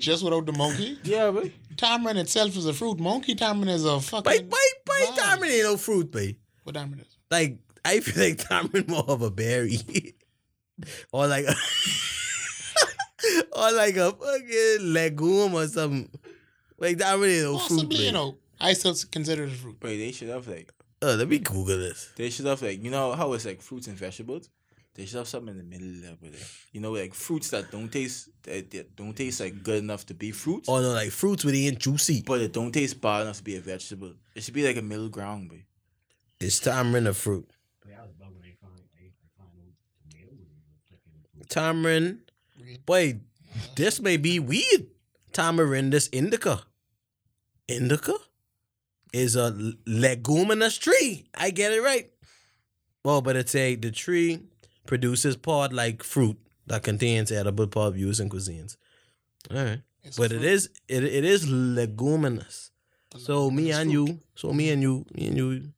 Speaker 3: Just without the monkey.
Speaker 4: Yeah, but
Speaker 3: Tamarind itself is a fruit. Monkey tamarind is a fucking.
Speaker 5: Bite, bite, bite.
Speaker 3: Why?
Speaker 5: Tamarind ain't no fruit, babe.
Speaker 3: What tamarind is?
Speaker 5: Like I feel like tamarind more of a berry, or like, or like a fucking legume or something. Like tamarind ain't no fruit,
Speaker 3: Possibly,
Speaker 5: babe.
Speaker 3: you know. I still consider it a fruit.
Speaker 4: wait, they should have like
Speaker 5: Uh, let me Google this.
Speaker 4: they should have like you know how it's like fruits and vegetables. They should have something in the middle of it. You know, like fruits that don't taste that, that don't taste like good enough to be fruits,
Speaker 5: Oh no, like fruits with ain't juicy.
Speaker 4: but it don't taste bad enough to be a vegetable. It should be like a middle ground, babe.
Speaker 5: It's tamarind a fruit. Tamarind, boy, this may be weird. Tamarindus indica. Indica is a leguminous tree. I get it right. Well, but it say the tree produces pod like fruit that contains edible pulp used in cuisines. All right.
Speaker 3: It's a
Speaker 5: But it
Speaker 3: fruit.
Speaker 5: is it, it is leguminous. So me
Speaker 3: It's
Speaker 5: and
Speaker 3: fruit.
Speaker 5: you, so me and you, me and you,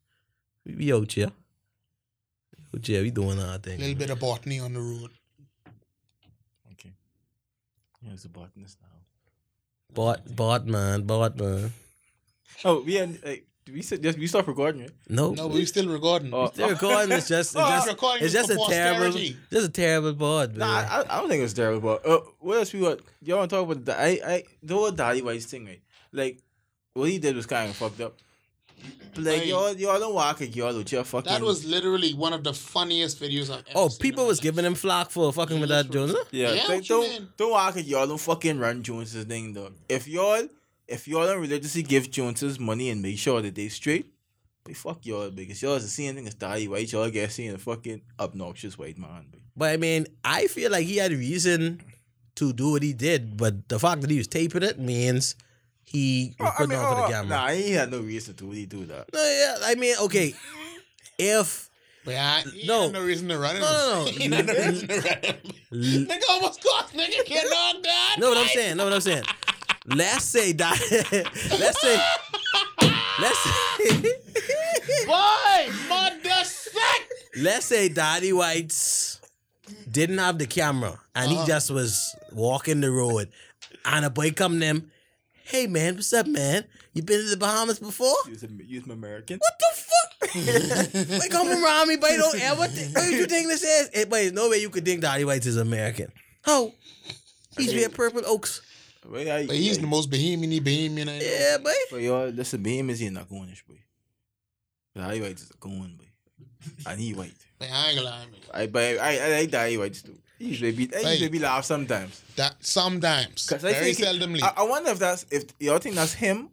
Speaker 5: we, we out here. We Out here, we doing our
Speaker 3: A
Speaker 5: thing.
Speaker 3: little bit of botany on the road.
Speaker 4: Okay. Here's a botanist now.
Speaker 5: Bot, bot man, bot man.
Speaker 4: Oh, we had like we said just we stopped recording it.
Speaker 5: Nope.
Speaker 3: No, but we still recording.
Speaker 4: Oh,
Speaker 5: The recording is just, it's just,
Speaker 3: recording
Speaker 5: it's
Speaker 3: is
Speaker 5: just
Speaker 3: for
Speaker 5: a terrible,
Speaker 3: posterity.
Speaker 5: just a terrible board,
Speaker 4: Nah,
Speaker 5: man.
Speaker 4: I, I don't think it was terrible. But uh, what else we want? Y'all want to talk about the I I the whole Daddy White's thing, right? Like what he did was kind of fucked up. But, Like
Speaker 3: Hey.
Speaker 4: y'all y'all don't walk like y'all with your fucking.
Speaker 3: That was literally one of the funniest videos I've ever
Speaker 5: Oh,
Speaker 3: seen
Speaker 5: people
Speaker 3: in my
Speaker 5: was
Speaker 3: life.
Speaker 5: giving him flock for fucking with that Jones. huh?
Speaker 3: Yeah,
Speaker 4: Yeah, like,
Speaker 3: what you
Speaker 4: don't
Speaker 3: mean?
Speaker 4: don't walk like y'all don't fucking run Jones's thing, dog. If y'all if y'all don't religiously give Joneses money and make sure that they straight, they fuck y'all because y'all is the same thing as Daddy White. Y'all get seeing a fucking obnoxious white man. But
Speaker 5: But I mean, I feel like he had reason to do what he did, but the fact that he was taping it means he was putting on for
Speaker 3: oh, uh,
Speaker 5: the camera.
Speaker 4: Nah, he had no reason to really do that.
Speaker 5: No, yeah, I mean, okay, if
Speaker 3: But I, he
Speaker 5: No.
Speaker 3: had no reason to run him.
Speaker 5: No, no, no.
Speaker 3: he had no reason to run him.
Speaker 5: L-
Speaker 3: nigga almost got nigga cannot die.
Speaker 5: no, what I'm saying, no, what I'm saying. Let's say that. let's say. Let's
Speaker 3: Boy, mother sick.
Speaker 5: let's say Daddy White's didn't have the camera and he
Speaker 3: Uh-huh.
Speaker 5: just was walking the road, and a boy come to him. Hey man, what's up, man? You been to the Bahamas before?
Speaker 4: Use him, use American.
Speaker 5: What the fuck? like I'm around me, but you don't ever think what you think this is? Eh, But there's no way you could think Daddy White's is American. How? He's
Speaker 4: Okay.
Speaker 5: real purple oaks.
Speaker 4: But, yeah,
Speaker 3: But he's the most bohemian bohemian. I know.
Speaker 5: Yeah, boy.
Speaker 4: But y'all, listen, him is he not going boy. Daddy White is going boy, and he white.
Speaker 3: But I ain't gonna lie, man.
Speaker 4: I but I, I like Daddy White too. He usually be he usually be laugh sometimes.
Speaker 3: That sometimes,
Speaker 4: 'Cause I
Speaker 3: very
Speaker 4: think he-
Speaker 3: seldomly.
Speaker 4: I, I wonder if that's if y'all think that's him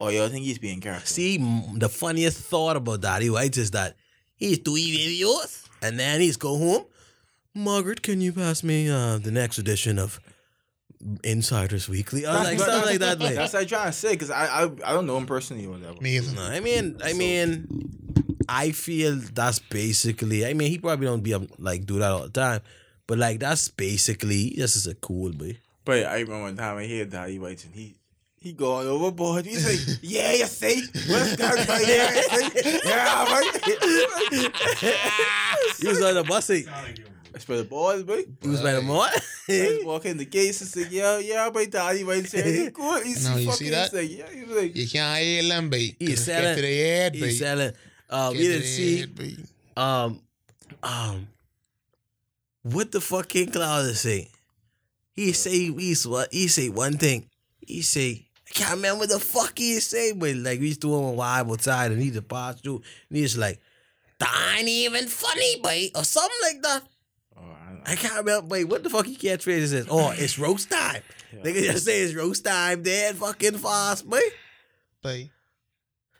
Speaker 4: or y'all think he's being character.
Speaker 5: See, m- the funniest thought about Daddy White is that he's doing videos and then he's go home. Margaret, can you pass me uh, the next edition of Insiders Weekly? I was like, something like that. Like,
Speaker 4: That's what I'm trying to say because I, I I don't know him personally or whatever.
Speaker 3: Amazing.
Speaker 5: No, I mean, I mean, I feel that's basically. I mean, he probably don't be um, like do that all the time, but like that's basically this is a cool boy.
Speaker 4: But I remember one time I heard Daddy White and he he going overboard. He's like, yeah, you see, what's that? about? Yeah, you see? yeah, man.
Speaker 5: He was on the bus. He
Speaker 4: I spell the balls, boy.
Speaker 5: he was by the mall.
Speaker 4: I was walking the gates and said, yeah, yeah, my daddy right there. He cool. He's
Speaker 3: No, you
Speaker 4: fucking,
Speaker 3: see that?
Speaker 4: He's like, yeah, he's like,
Speaker 3: You can't hear them, babe.
Speaker 5: He's
Speaker 3: Just
Speaker 5: selling-
Speaker 3: Get to the head, babe.
Speaker 5: He's selling. Uh,
Speaker 3: Get
Speaker 5: we
Speaker 3: to
Speaker 5: didn't
Speaker 3: the
Speaker 5: see.
Speaker 3: head, babe.
Speaker 5: Um, um, what the fuck King Cloud is say? He say he's what he say one thing. He say I can't remember what the fuck he say, but like we used to him a wild outside and he just passed through and he's like, that ain't even funny, boy, or something like that.
Speaker 4: oh, I,
Speaker 5: I can't remember, boy, what the fuck he catchphrase is? Oh, it's roast time.
Speaker 4: Yeah.
Speaker 5: Nigga just say it's roast time, dead fucking fast, boy.
Speaker 3: Babe.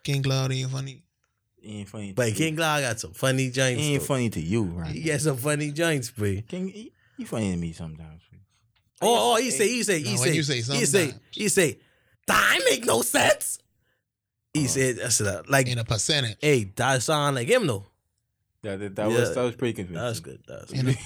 Speaker 3: King Cloud ain't funny.
Speaker 4: he ain't funny.
Speaker 5: But
Speaker 4: to you.
Speaker 5: King Cloud got some funny joints.
Speaker 4: he ain't
Speaker 5: though.
Speaker 4: funny to you, right?
Speaker 5: He got some funny joints, boy.
Speaker 4: King, he, he funny to me sometimes. boy.
Speaker 5: Oh, oh, he say, he say,
Speaker 3: Now,
Speaker 5: he
Speaker 3: when
Speaker 5: say,
Speaker 3: you say
Speaker 5: he say,
Speaker 3: sometimes.
Speaker 5: he say, that make no sense. He
Speaker 4: Oh.
Speaker 5: said, that's a, like,
Speaker 3: In a percentage.
Speaker 5: hey, that sound like him though.
Speaker 4: That, that, that
Speaker 5: Yeah.
Speaker 4: was that was pretty convincing.
Speaker 5: That was good. That was
Speaker 3: In
Speaker 5: good.
Speaker 3: a,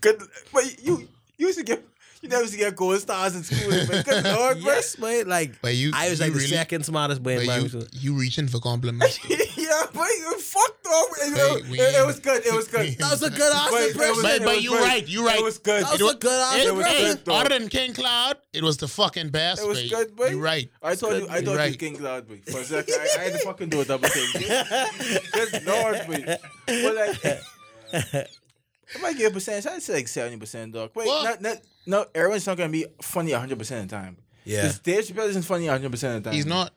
Speaker 4: Good, but you you used to get you never used to get gold stars in school. But good lord, bro.
Speaker 5: yes, man. Like,
Speaker 3: but you,
Speaker 5: I was
Speaker 3: you
Speaker 5: like the
Speaker 3: really,
Speaker 5: second smartest boy in my
Speaker 3: But you, you reaching for compliments. though.
Speaker 4: yeah, but you fucked up. It, it-
Speaker 3: Wait, we-
Speaker 4: it- it was good. It was good.
Speaker 5: That was a good
Speaker 4: But
Speaker 5: ass
Speaker 4: it was-
Speaker 5: impression.
Speaker 3: But- but
Speaker 4: it
Speaker 3: you
Speaker 4: was
Speaker 3: right, you right.
Speaker 4: It was good.
Speaker 5: That
Speaker 4: It
Speaker 5: was
Speaker 4: was
Speaker 5: a good ass
Speaker 4: it was
Speaker 5: impression.
Speaker 4: good.
Speaker 3: Hey, other than King Cloud, it was the fucking best.
Speaker 4: It was
Speaker 3: babe.
Speaker 4: good, babe.
Speaker 3: You're right.
Speaker 4: I thought you, I
Speaker 5: Good,
Speaker 4: thought
Speaker 3: right.
Speaker 4: you King Cloud, but for a second, I, I had to fucking do a double take. Good lord, but, but like, if I give a percentage, I'd say like seventy percent, dog. Wait,
Speaker 3: What?
Speaker 4: not, not, no, everyone's not gonna be funny hundred percent of the time.
Speaker 5: Yeah.
Speaker 4: Because Dave Chappelle isn't funny hundred percent of the time.
Speaker 3: He's not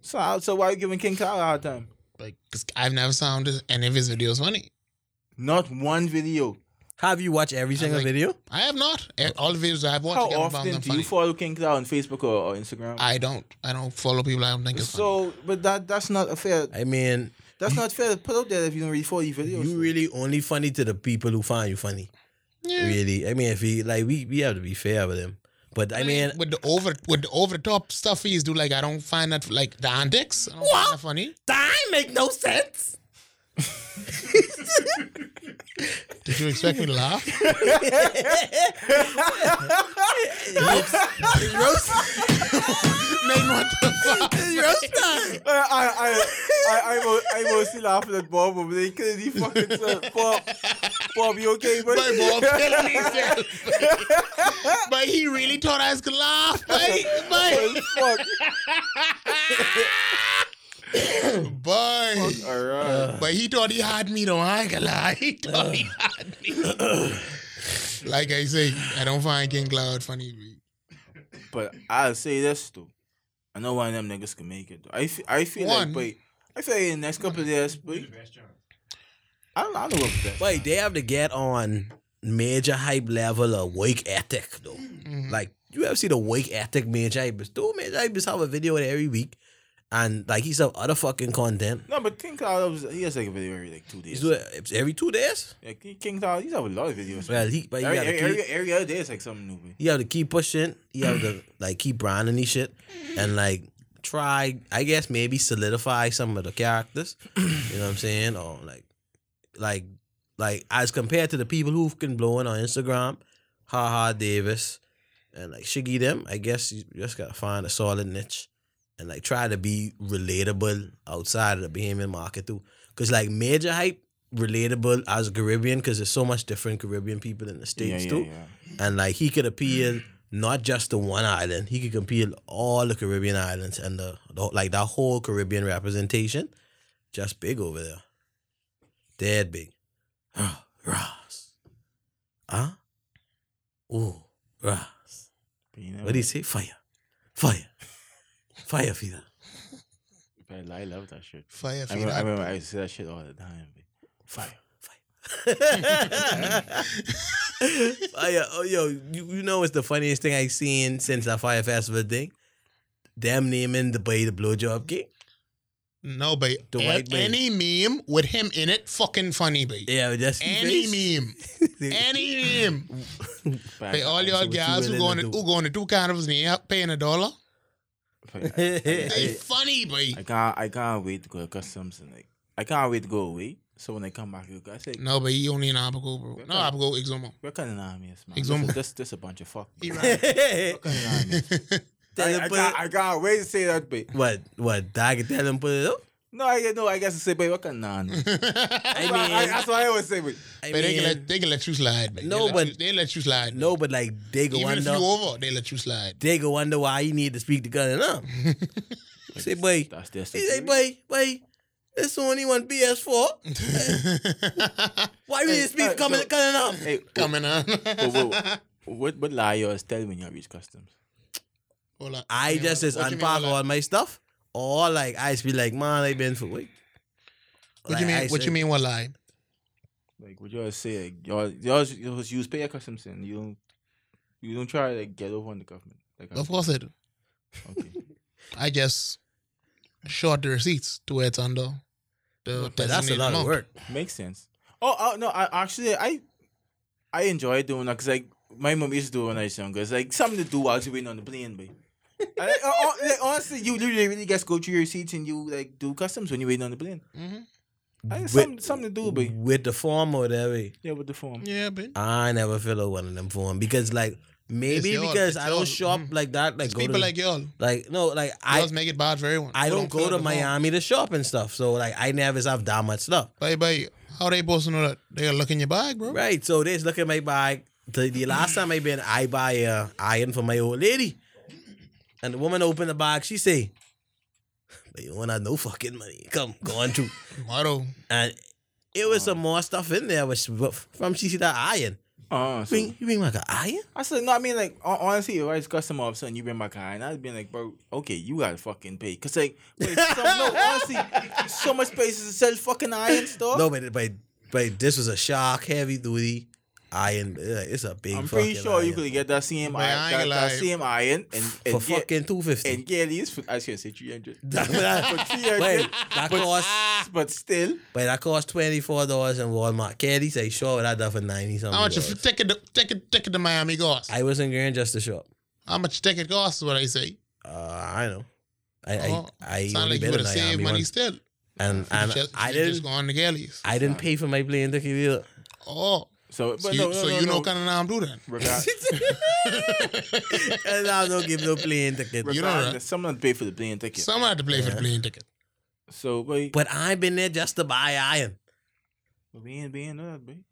Speaker 4: So, I- so why are you giving King Cloud a hard time?
Speaker 3: like i I've never found any of his videos funny.
Speaker 4: Not one video.
Speaker 5: Have you watched every single
Speaker 3: like,
Speaker 5: video?
Speaker 3: I have not. Eh, All the videos I've watched,
Speaker 4: How
Speaker 3: I haven't found
Speaker 4: often
Speaker 3: them
Speaker 4: do you
Speaker 3: funny.
Speaker 4: follow King Cloud on Facebook or, or Instagram?
Speaker 3: I don't. I don't follow people I don't think is funny.
Speaker 4: so, but that that's not a fair.
Speaker 5: I mean,
Speaker 4: That's not fair to put out there if you don't really follow your videos.
Speaker 5: you really only funny to the people who find you funny.
Speaker 3: Yeah.
Speaker 5: Really. I mean, if he, like, we, we have to be fair with him. But I mean,
Speaker 3: with the over with the over the top stuff he's do, like I don't find that like the antics. I don't
Speaker 5: What?
Speaker 3: find that funny.
Speaker 5: that ain't make no sense.
Speaker 3: Did you expect me to laugh? Name what the fuck?
Speaker 4: I, I, I, I, mo- I mostly laughing at Bob, but they couldn't he fucking said, Bob, Bob, you okay, buddy?
Speaker 3: My ball killing himself. but he really thought I was gonna laugh,
Speaker 4: Boy,
Speaker 3: but
Speaker 4: fuck.
Speaker 3: boy.
Speaker 4: All right.
Speaker 3: But he thought he had me though. I ain't gonna lie. He thought he had me. like I say, I don't find King Cloud funny.
Speaker 4: But I'll say this though. I know one of them niggas can make it. Though. I feel, I feel
Speaker 3: One.
Speaker 4: like, but I feel like in the next couple of years, but I don't, I don't know what the best.
Speaker 5: Wait, they have to get on major hype level of wake ethic though.
Speaker 4: Mm-hmm.
Speaker 5: Like you ever see the wake ethic major hype? Dude, major hype have a video every week, and like he's have other fucking content.
Speaker 4: No, but King Cloud, was, he has like a video every like two days.
Speaker 5: He's do it it's every two days.
Speaker 4: Yeah, King King Cloud, he's have a lot of videos.
Speaker 5: Well, he but you
Speaker 4: every,
Speaker 5: gotta
Speaker 4: every,
Speaker 5: keep,
Speaker 4: every, every other day, it's like something new. man.
Speaker 5: you have to keep pushing. You have to like keep grinding these shit, and like try. I guess maybe solidify some of the characters. you know what I'm saying? Or like, like, like as compared to the people who can blow in on Instagram, Ha Ha Davis, and like Shiggy them. I guess you just gotta find a solid niche, and like try to be relatable outside of the Bahamian market too. Cause like major hype relatable as Caribbean, cause there's so much different Caribbean people in the
Speaker 4: Yeah,
Speaker 5: states
Speaker 4: yeah,
Speaker 5: too
Speaker 4: yeah.
Speaker 5: and like he could appeal not just to one island. He could appeal all the Caribbean islands and the, the like that whole Caribbean representation. Just big over there, dead big. Ross, huh? Ooh, Ross.
Speaker 4: But you know,
Speaker 5: What do you say? Fire, fire, fire, Fida.
Speaker 4: but I love that shit.
Speaker 3: Fire
Speaker 4: I remember, I
Speaker 3: feed.
Speaker 4: remember I used to say that shit all the time. man. Fire.
Speaker 5: fire. oh, yo, you, you know it's the funniest thing I've seen since that Fire Festival thing? Them naming the boy the blowjob king.
Speaker 3: No, but
Speaker 5: The
Speaker 3: a-
Speaker 5: white man.
Speaker 3: any meme with him in it, fucking funny, babe.
Speaker 5: Yeah, but that's
Speaker 3: Any meme, any meme.
Speaker 4: But
Speaker 3: But all y'all
Speaker 5: what you
Speaker 3: guys who
Speaker 5: willing
Speaker 3: going
Speaker 5: to
Speaker 3: to
Speaker 5: do?
Speaker 3: who going to two carnivals and they ain't paying a dollar,
Speaker 4: but I,
Speaker 3: they
Speaker 5: meme.
Speaker 3: funny, babe.
Speaker 4: I can't, I can't wait to go to customs and like, I can't wait to go away. So when I come back, I say,
Speaker 3: No, but he only in Abaco, bro. No, Abaco, Exomo.
Speaker 4: we're kind of armies, man.
Speaker 3: Example.
Speaker 4: This is- This, this a bunch of fuck.
Speaker 3: He right.
Speaker 4: We're kinda armies.
Speaker 5: Tell
Speaker 4: I, I,
Speaker 5: him put
Speaker 4: can't,
Speaker 5: it-
Speaker 4: I can't wait to say that, babe.
Speaker 5: What? What? Dog tell him put it up?
Speaker 4: No, I get no. I guess to say, babe, what kind of army?
Speaker 5: I
Speaker 4: I
Speaker 5: mean,
Speaker 4: that's what I always say, babe.
Speaker 5: I
Speaker 3: But they can,
Speaker 5: mean
Speaker 3: let, they can let you slide, man.
Speaker 5: No,
Speaker 3: they let
Speaker 5: but-
Speaker 3: you, they let you slide. man.
Speaker 5: no, but like they go
Speaker 3: even if you
Speaker 5: wonder,
Speaker 3: over, they let you slide.
Speaker 5: they go wonder why you need to speak to gun and up. Say, boy,
Speaker 4: That's their
Speaker 5: he say,
Speaker 4: security.
Speaker 5: boy, boy, this only one PS4. Why you need
Speaker 4: uh,
Speaker 5: to speak coming
Speaker 4: no.
Speaker 5: gun and up?
Speaker 4: Hey,
Speaker 3: Coming on.
Speaker 4: whoa, whoa. what what lie yours tell when you reach customs?
Speaker 3: Hold on.
Speaker 5: I just is
Speaker 3: What you mean,
Speaker 5: unpack
Speaker 3: hold on?
Speaker 5: all my stuff, or like I just be like, man, I been for week.
Speaker 3: What you
Speaker 5: Like, I
Speaker 3: mean? What
Speaker 5: say-
Speaker 3: you mean? What lie?
Speaker 4: Like, would y'all say like y'all y'all y'all use pay your customs and you don't you don't try to like, get over on the government? Like,
Speaker 3: Of course I do.
Speaker 4: Okay.
Speaker 3: I just short the receipts to where it's under. The
Speaker 5: But that's a
Speaker 3: designated
Speaker 5: lot of
Speaker 3: amount.
Speaker 5: work.
Speaker 4: Makes sense. Oh, oh no, I actually I I enjoy doing that because like my mom used to do it when I was younger. It's like something to do while you're waiting on the plane, but I, like, oh, oh, like, honestly, you literally really just go through your seats and you like do customs when you're waiting on the plane.
Speaker 3: Mhm.
Speaker 4: I,
Speaker 5: With-
Speaker 4: something, something to do, but
Speaker 5: With the form or whatever.
Speaker 4: yeah, with the form.
Speaker 3: Yeah, but
Speaker 5: I never fill out one of them form because like maybe
Speaker 3: It's y'all.
Speaker 5: because
Speaker 3: It's
Speaker 5: I don't
Speaker 3: y'all.
Speaker 5: shop
Speaker 3: Mhm.
Speaker 5: like that. Like
Speaker 3: it's
Speaker 5: go
Speaker 3: people
Speaker 5: to,
Speaker 3: like
Speaker 5: like
Speaker 3: y'all.
Speaker 5: like no like I
Speaker 3: Y'all make it bad for everyone.
Speaker 5: I
Speaker 3: Who
Speaker 5: don't
Speaker 3: fill
Speaker 5: go
Speaker 3: out
Speaker 5: to
Speaker 3: the form.
Speaker 5: Miami to shop and stuff. So like I never have that much stuff.
Speaker 3: Bye bye. How they supposed to know that? They gotta look in your bag, bro.
Speaker 5: Right. So they just look at my bag. The, the last time I been, I buy uh, iron for my old lady, and the woman opened the bag. She say, "But you don't have no fucking money. Come, go on through."
Speaker 3: Motto.
Speaker 5: And it was some more stuff in there, which from she see that iron.
Speaker 4: Uh,
Speaker 5: You mean, you mean like an iron?
Speaker 4: I said, no, I mean, like, hon- honestly, if I just got some all of a sudden, you bring my car, and I'd been like, bro, okay, you gotta fucking pay. Cause, like, wait, some, no, honestly, so much places to sell fucking iron stuff.
Speaker 5: No, but but but this was a shock, heavy duty iron. uh, It's a big.
Speaker 4: I'm pretty
Speaker 5: fucking
Speaker 4: sure you
Speaker 5: iron.
Speaker 4: could get that same
Speaker 3: Man, I ain't
Speaker 4: iron, that, that
Speaker 3: gonna lie.
Speaker 4: same iron, and and
Speaker 5: for
Speaker 4: get,
Speaker 5: fucking two fifty.
Speaker 4: and get these for I should say three hundred,
Speaker 5: That,
Speaker 4: for
Speaker 5: that,
Speaker 4: three hundred,
Speaker 5: wait, that
Speaker 4: but,
Speaker 5: cost
Speaker 4: but still,
Speaker 5: but that cost twenty four dollars in Walmart. Caddy say sure that done for ninety something.
Speaker 3: How much
Speaker 5: dollars.
Speaker 3: a ticket? to- Ticket? Ticket to Miami costs?
Speaker 5: I was in Grand just to shop.
Speaker 3: How much ticket costs? Is what I say.
Speaker 5: Uh, I know. I
Speaker 3: Oh,
Speaker 5: I, I
Speaker 3: Sound
Speaker 5: only
Speaker 3: Oh, like you
Speaker 5: been
Speaker 3: would
Speaker 5: in
Speaker 3: have saved
Speaker 5: Miami
Speaker 3: money
Speaker 5: once.
Speaker 3: still.
Speaker 5: and and
Speaker 3: just,
Speaker 5: I
Speaker 3: you just
Speaker 5: didn't
Speaker 3: go on the galleys.
Speaker 5: I didn't pay for my playing ticket either.
Speaker 3: Oh,
Speaker 4: So,
Speaker 3: so
Speaker 4: but
Speaker 3: you,
Speaker 4: no, no,
Speaker 3: so
Speaker 4: no,
Speaker 3: you
Speaker 4: no.
Speaker 3: know kind of now I'm do that.
Speaker 4: Regard-
Speaker 5: and I don't give no playing ticket.
Speaker 3: You know
Speaker 4: regardless,
Speaker 3: that.
Speaker 4: someone paid for the plane ticket.
Speaker 3: Someone had to play for the plane ticket.
Speaker 4: so, wait,
Speaker 5: But I ain't been there just to buy iron.
Speaker 4: we ain't being us, babe.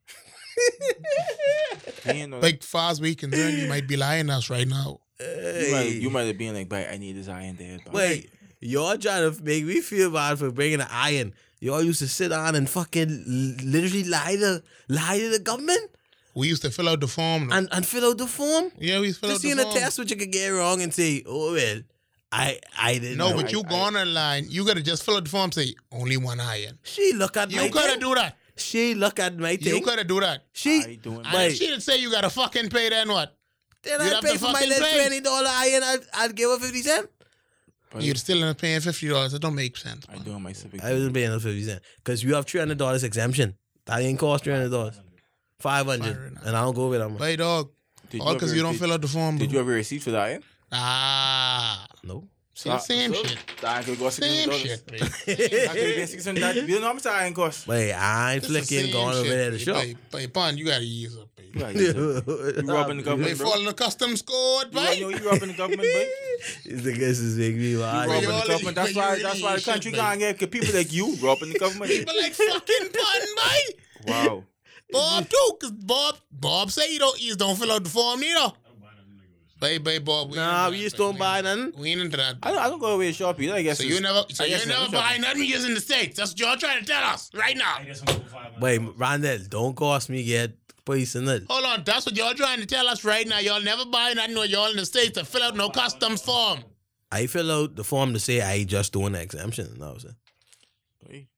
Speaker 4: we ain't no,
Speaker 3: Like far as we concerned, you might be lying to us right now.
Speaker 4: you, might,
Speaker 5: Hey.
Speaker 4: you might have been like, "But I need this iron there." but-
Speaker 5: Wait, y'all trying to make me feel bad for bringing an iron. Y'all used to sit on and fucking l- literally lie to lie to the government
Speaker 3: We used to fill out the form. though.
Speaker 5: and, and fill out the form.
Speaker 3: yeah, we used to fill out
Speaker 5: Just
Speaker 3: the
Speaker 5: in
Speaker 3: form.
Speaker 5: a test which you could get wrong and say, oh well, I I didn't.
Speaker 3: No,
Speaker 5: know.
Speaker 3: but you
Speaker 4: I-
Speaker 3: go on online, you gotta just fill out the form. Say only one iron.
Speaker 5: she look at my
Speaker 3: You gotta
Speaker 5: thing.
Speaker 3: do that.
Speaker 5: She look at my
Speaker 3: You
Speaker 5: thing.
Speaker 3: gotta do that.
Speaker 5: she
Speaker 4: I doing
Speaker 3: And
Speaker 5: Wait.
Speaker 3: if she didn't say you gotta fucking pay, then what?
Speaker 5: then
Speaker 3: you'd
Speaker 5: I
Speaker 3: have
Speaker 5: pay
Speaker 3: to
Speaker 5: for my
Speaker 3: fucking
Speaker 5: little
Speaker 3: pay.
Speaker 5: twenty dollar iron. I'd, I'd give her fifty cent.
Speaker 4: but
Speaker 3: You're still not paying fifty dollars. That don't make sense.
Speaker 4: I
Speaker 3: man.
Speaker 4: doing my civic.
Speaker 5: I wasn't paying her fifty cent because you have three hundred dollars exemption. That ain't cost three hundred dollars. Five
Speaker 3: Fair
Speaker 5: hundred,
Speaker 3: enough.
Speaker 5: and I don't go with that much.
Speaker 3: Hey dog,
Speaker 4: Did
Speaker 3: all
Speaker 4: ever
Speaker 3: because you don't
Speaker 4: did-
Speaker 3: fill out the form.
Speaker 4: Did
Speaker 3: bro.
Speaker 4: you ever receive for the iron?
Speaker 3: ah,
Speaker 5: No.
Speaker 3: see the same
Speaker 4: so,
Speaker 3: shit.
Speaker 4: The iron could go six
Speaker 3: Same
Speaker 4: hundred dollars.
Speaker 3: shit, babe.
Speaker 4: I could get six hundred dollars. You know how much the iron costs?
Speaker 5: Wait, I ain't
Speaker 3: It's the
Speaker 5: flicking
Speaker 3: same
Speaker 5: going over
Speaker 3: shit,
Speaker 5: there to
Speaker 3: babe.
Speaker 5: shop.
Speaker 3: Babe, babe, pun, you gotta ease up, babe.
Speaker 4: Right,
Speaker 5: You
Speaker 4: so- You robbing the
Speaker 3: They
Speaker 4: government, bro.
Speaker 3: follow the customs code,
Speaker 4: You
Speaker 3: babe.
Speaker 4: know you robbing the government, bro.
Speaker 5: the guys is making me wild.
Speaker 4: robbing
Speaker 3: all-
Speaker 4: the government. That's
Speaker 3: but you
Speaker 4: why.
Speaker 3: really
Speaker 4: That's why the
Speaker 3: should,
Speaker 4: country
Speaker 3: mate.
Speaker 4: can't get 'cause people like you robbing the government.
Speaker 3: People like fucking pun, babe.
Speaker 4: wow.
Speaker 3: Bob too, cause Bob Bob say you don't you don't fill out the form neither. Babe, babe, Bob. We
Speaker 5: Nah,
Speaker 3: ain't
Speaker 5: we
Speaker 3: into
Speaker 5: just
Speaker 3: that,
Speaker 5: don't
Speaker 3: babe.
Speaker 5: buy nothing.
Speaker 3: We ain't into that.
Speaker 4: I don't, I don't go away to shop either. I guess.
Speaker 3: So you
Speaker 4: it's-
Speaker 3: never, so
Speaker 4: I
Speaker 3: you
Speaker 4: guess
Speaker 3: never
Speaker 4: it's
Speaker 3: buying nothing used in the states. That's what you're trying to tell us right now.
Speaker 5: Wait, Randall, don't cost me get personal.
Speaker 3: Hold on, that's what y'all trying to tell us right now. Y'all never buying nothing when y'all in the states to fill out no customs form.
Speaker 5: I fill out the form to say I just doing an exemption. No, sir.
Speaker 4: Hey.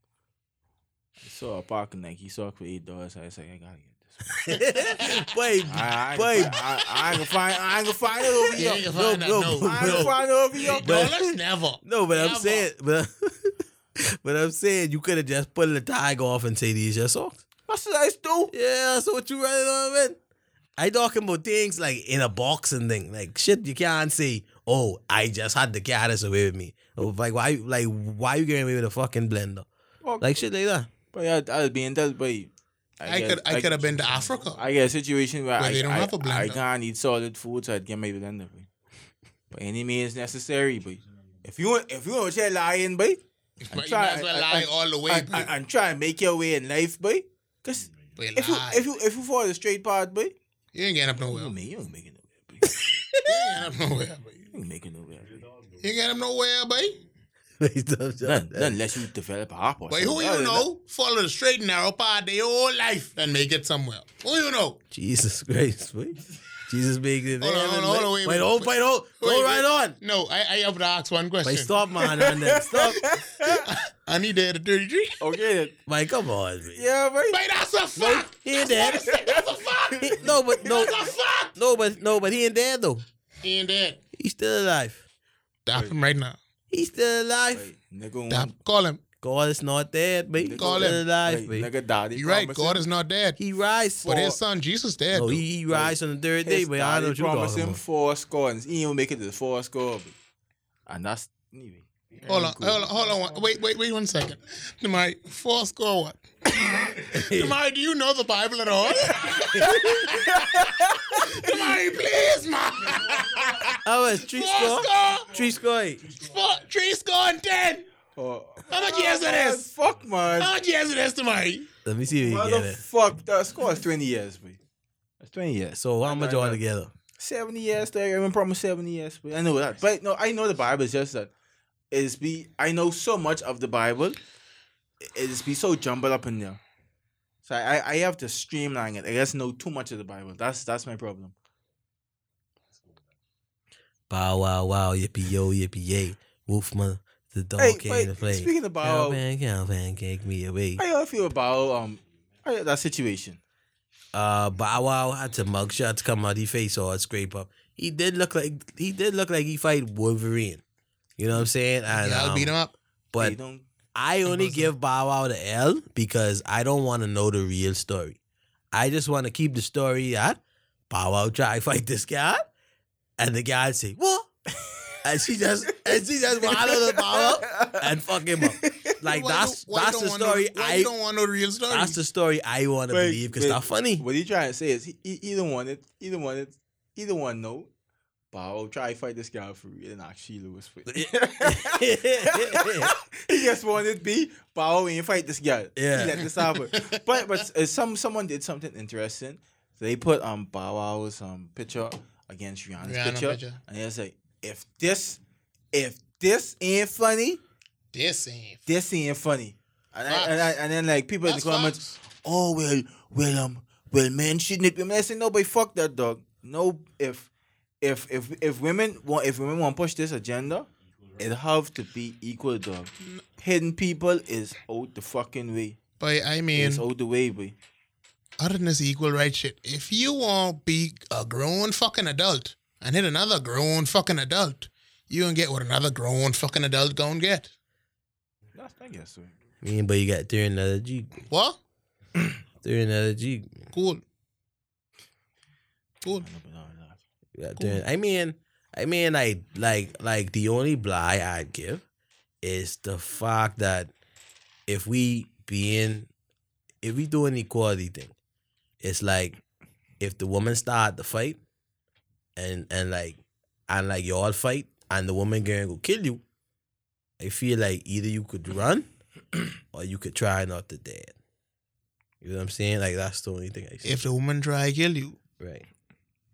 Speaker 4: I saw a parking like he saw for eight dollars. I was like, I gotta get this.
Speaker 5: Wait,
Speaker 4: I, I,
Speaker 5: Babe.
Speaker 4: Babe, I, I, I can find, I can find it over
Speaker 3: You ain't
Speaker 4: here.
Speaker 3: gonna find
Speaker 5: no,
Speaker 3: that,
Speaker 5: no,
Speaker 4: I can
Speaker 5: no.
Speaker 4: find it over here.
Speaker 5: But-
Speaker 3: Dollars never.
Speaker 5: no, but I'm
Speaker 3: Never.
Speaker 5: saying, but, but I'm saying you could have just put the tag off and say these your socks.
Speaker 4: That's what I do.
Speaker 5: Yeah, that's what you running on, man. I talking about things like in a box and thing, like shit you can't say. Oh, I just had the carrots away with me. Or like why, like why you getting away with a fucking blender?
Speaker 4: Well,
Speaker 5: Like shit like that.
Speaker 4: But I, I was being that, but
Speaker 3: I could, I could have been to Africa.
Speaker 4: I get a situation where
Speaker 3: Where
Speaker 4: I,
Speaker 3: they don't
Speaker 4: I,
Speaker 3: have a blender.
Speaker 4: I can't eat solid food, so I'd get my blender. Boy. But any means necessary, but if you want- if you want to lying, boy,
Speaker 3: but you
Speaker 4: try-
Speaker 3: might as well
Speaker 4: I-
Speaker 3: lie
Speaker 4: I-
Speaker 3: all the way.
Speaker 4: and, and, and try and make your way in life, boy, because
Speaker 3: babe.
Speaker 4: if you
Speaker 3: lie.
Speaker 4: if you if you follow the straight path, boy,
Speaker 3: you ain't getting up nowhere. You
Speaker 4: you ain't- you ain't making nowhere, boy.
Speaker 3: ain't getting up nowhere, babe.
Speaker 4: You ain't making nowhere. boy.
Speaker 3: You ain't getting up nowhere, babe.
Speaker 4: None, none unless you develop a hop or
Speaker 3: But who
Speaker 4: something.
Speaker 3: you
Speaker 4: Other than-
Speaker 3: know follow the straight and narrow path their whole life and make it somewhere. Who you know?
Speaker 5: Jesus Christ, wait. Jesus being the
Speaker 3: Hold on, hold on, hold on, wait,
Speaker 5: Wait,
Speaker 3: wait,
Speaker 5: hold, wait, hold,
Speaker 3: wait,
Speaker 5: go right on.
Speaker 3: No, I, I have to ask one
Speaker 5: Wait,
Speaker 3: question.
Speaker 5: stop, man, and then stop.
Speaker 3: I need that at 33.
Speaker 4: Okay, then.
Speaker 5: Wait, come on, man.
Speaker 4: yeah, boy.
Speaker 3: Wait, that's a fact.
Speaker 5: He ain't dead.
Speaker 3: That's a fact.
Speaker 5: He- no, but no,
Speaker 3: That's a fact.
Speaker 5: no, but no, but he ain't dead though.
Speaker 3: He ain't dead.
Speaker 5: He's still alive.
Speaker 3: Tap him right now.
Speaker 5: He's still alive.
Speaker 4: Wait, nigga,
Speaker 3: Tap.
Speaker 4: want-
Speaker 3: Call him.
Speaker 5: God is not dead, baby.
Speaker 3: Call
Speaker 5: God is
Speaker 3: him.
Speaker 4: wait,
Speaker 5: alive, baby.
Speaker 4: nigga, daddy.
Speaker 3: You're right.
Speaker 4: promising-
Speaker 3: God is not dead.
Speaker 5: He rise for
Speaker 3: But his son, Jesus, dead.
Speaker 5: no,
Speaker 3: though.
Speaker 5: he, he rise on the third day,
Speaker 4: His
Speaker 5: but I know
Speaker 4: daddy
Speaker 5: what you
Speaker 4: promised
Speaker 5: talking
Speaker 4: him
Speaker 5: about.
Speaker 4: four scores. He ain't make it to the four score, but- and that's anyway.
Speaker 3: hold, on, hold on. Hold on. one- Wait, wait, wait one second. Demari, four score what? Demari, do you know the Bible at all? Demari, please, man.
Speaker 5: I was three
Speaker 3: Four
Speaker 5: score,
Speaker 3: score.
Speaker 5: three score. eight.
Speaker 3: Four, three score and ten.
Speaker 4: Oh,
Speaker 3: How much years it
Speaker 4: man,
Speaker 3: is?
Speaker 4: fuck man,
Speaker 3: How much years it is, Demari?
Speaker 5: Let me see if you get it.
Speaker 4: motherfuck. That score is twenty years, but that's twenty years.
Speaker 5: So how much all together?
Speaker 4: Seventy years, thirty. I promise seventy years, but I know that. But no, I know the Bible. It's just that it's be. I know so much of the Bible. It's be so jumbled up in there. So I, I I have to streamline it. I guess know too much of the Bible. That's that's my problem.
Speaker 5: Bow wow wow yippee yo yippee yay. Wolfman, the dog
Speaker 4: Hey,
Speaker 5: came to
Speaker 4: wait,
Speaker 5: play.
Speaker 4: speaking about
Speaker 5: Cowpan, cowpan, take me away.
Speaker 4: How y'all feel about um how y'all- that situation?
Speaker 5: Uh, Bow Wow had some mug shots come out. He face all scrape up. He did look like he did look like he fight Wolverine. You know what I'm saying? And,
Speaker 3: Yeah, I'll
Speaker 5: um,
Speaker 3: beat him up.
Speaker 5: But
Speaker 4: They don't,
Speaker 5: I only
Speaker 3: Busta.
Speaker 5: give Bow Wow the L because I don't want to know the real story. I just want to keep the story that Bow Wow try fight this guy, and the guy say what, and she just and she just wild on Bow Wow and fuck him up. Like
Speaker 3: Why
Speaker 5: that's
Speaker 3: you- why you
Speaker 5: that's the
Speaker 3: don't want no-
Speaker 5: story
Speaker 3: why
Speaker 5: I
Speaker 3: you don't want no real story.
Speaker 5: that's the story I want to
Speaker 4: Wait,
Speaker 5: believe because
Speaker 4: wait.
Speaker 5: that's funny.
Speaker 4: What he trying to say is he, he, either one it, either one it, either one no. But I'll try to fight this guy for real and knock She Lewis for he just wanted to be, but I will fight this guy.
Speaker 5: Yeah.
Speaker 4: He let this happen. but but uh, some someone did something interesting. They put um Bow Wow's um picture against Rihanna's
Speaker 3: Rihanna
Speaker 4: picture,
Speaker 3: picture.
Speaker 4: and it's like if this if this ain't funny,
Speaker 3: this ain't.
Speaker 4: this ain't funny. And, I, and, I,
Speaker 3: Facts.
Speaker 4: and then like people
Speaker 3: That's
Speaker 4: in the comments, oh well well um well men shouldn't. it be-" I, mean, I say nobody fuck that dog. No if if if if women want if women want to push this agenda, it have to be equal dog. Hidden people is out the fucking way.
Speaker 3: But I mean,
Speaker 4: It's out the way, boy.
Speaker 3: other than this equal rights shit, if you won't be a grown fucking adult and hit another grown fucking adult, you gonna get what another grown fucking adult gonna get.
Speaker 4: That's I guess so.
Speaker 5: Me and but you got during another G
Speaker 3: What?
Speaker 5: during another G.
Speaker 3: Cool. Cool.
Speaker 5: Yeah, during, I mean, I mean, like, like, like the only lie I'd give is the fact that if we being, if we do an equality thing, it's like if the woman start the fight, and and like and like y'all fight, and the woman gonna go kill you. I feel like either you could run, or you could try not to dead. You know what I'm saying? Like that's the only thing I see.
Speaker 3: If the woman try kill you,
Speaker 5: right.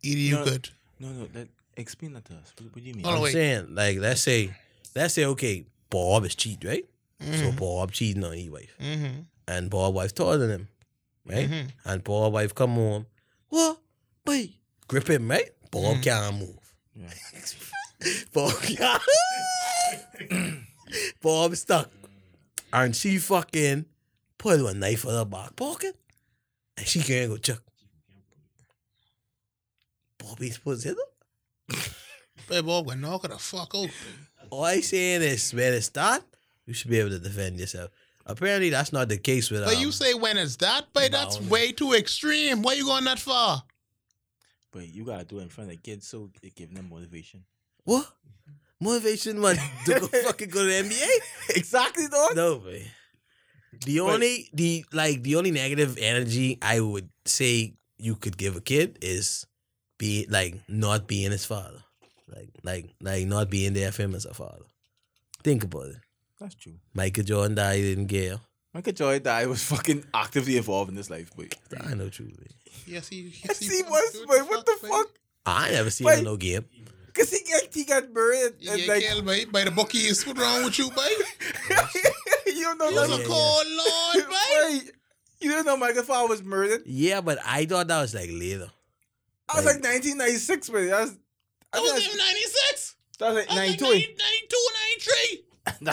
Speaker 3: either you
Speaker 4: No.
Speaker 3: could.
Speaker 4: No, no, that, explain that to us. What, what do you mean?
Speaker 3: Hold on,
Speaker 5: I'm
Speaker 3: wait.
Speaker 5: saying, like, let's say, let's say, okay, Bob is cheating, right? So Bob cheating on his wife,
Speaker 3: Mm-hmm.
Speaker 5: and Bob wife taller than him, right?
Speaker 3: Mhm.
Speaker 5: And Bob wife come home, what? Wait, grip him, right?
Speaker 3: Mm-hmm.
Speaker 5: Bob can't move.
Speaker 4: Yeah.
Speaker 5: Bob can't. Bob stuck, and she fucking pull a knife out of her back pocket, and she can't go chuck. Bobby's position.
Speaker 3: But boy, we're not gonna fuck out.
Speaker 5: All I saying is when it's that, you should be able to defend yourself. Apparently, that's not the case with.
Speaker 3: But
Speaker 5: um,
Speaker 3: you say when it's that, but that's
Speaker 5: Bound.
Speaker 3: way too extreme. Why you going that far?
Speaker 4: But you gotta do it in front of the kids so it give them motivation.
Speaker 5: what motivation man to go fucking go to the NBA?
Speaker 4: exactly, dog.
Speaker 5: No way. The only the like the only negative energy I would say you could give a kid is be like not being his father, like like like not being there for him as a father. Think about it.
Speaker 4: That's true.
Speaker 5: Michael Jordan died in jail.
Speaker 4: Michael Joy died was fucking actively involved in this life, but
Speaker 5: I know truly.
Speaker 3: Yes, he.
Speaker 4: yes, he was. But what the fuck?
Speaker 5: I never seen
Speaker 4: Wait.
Speaker 5: him in no game.
Speaker 4: Cause he got he got buried
Speaker 3: You
Speaker 4: and
Speaker 3: get
Speaker 4: like
Speaker 3: killed, boy, by the bookies. What wrong with you, boy?
Speaker 4: you don't know
Speaker 3: You was a
Speaker 5: yeah, yeah.
Speaker 4: nothing.
Speaker 3: cold lord, boy.
Speaker 4: Wait, you don't know Michael Fowler was murdered.
Speaker 5: Yeah, but I thought that was like later.
Speaker 4: I was
Speaker 5: Like-
Speaker 4: like 1996, but that's I
Speaker 3: I
Speaker 4: think
Speaker 3: was
Speaker 4: that's,
Speaker 3: in 96.
Speaker 4: that was like
Speaker 3: I was like
Speaker 4: 92.
Speaker 3: 90 92, 93.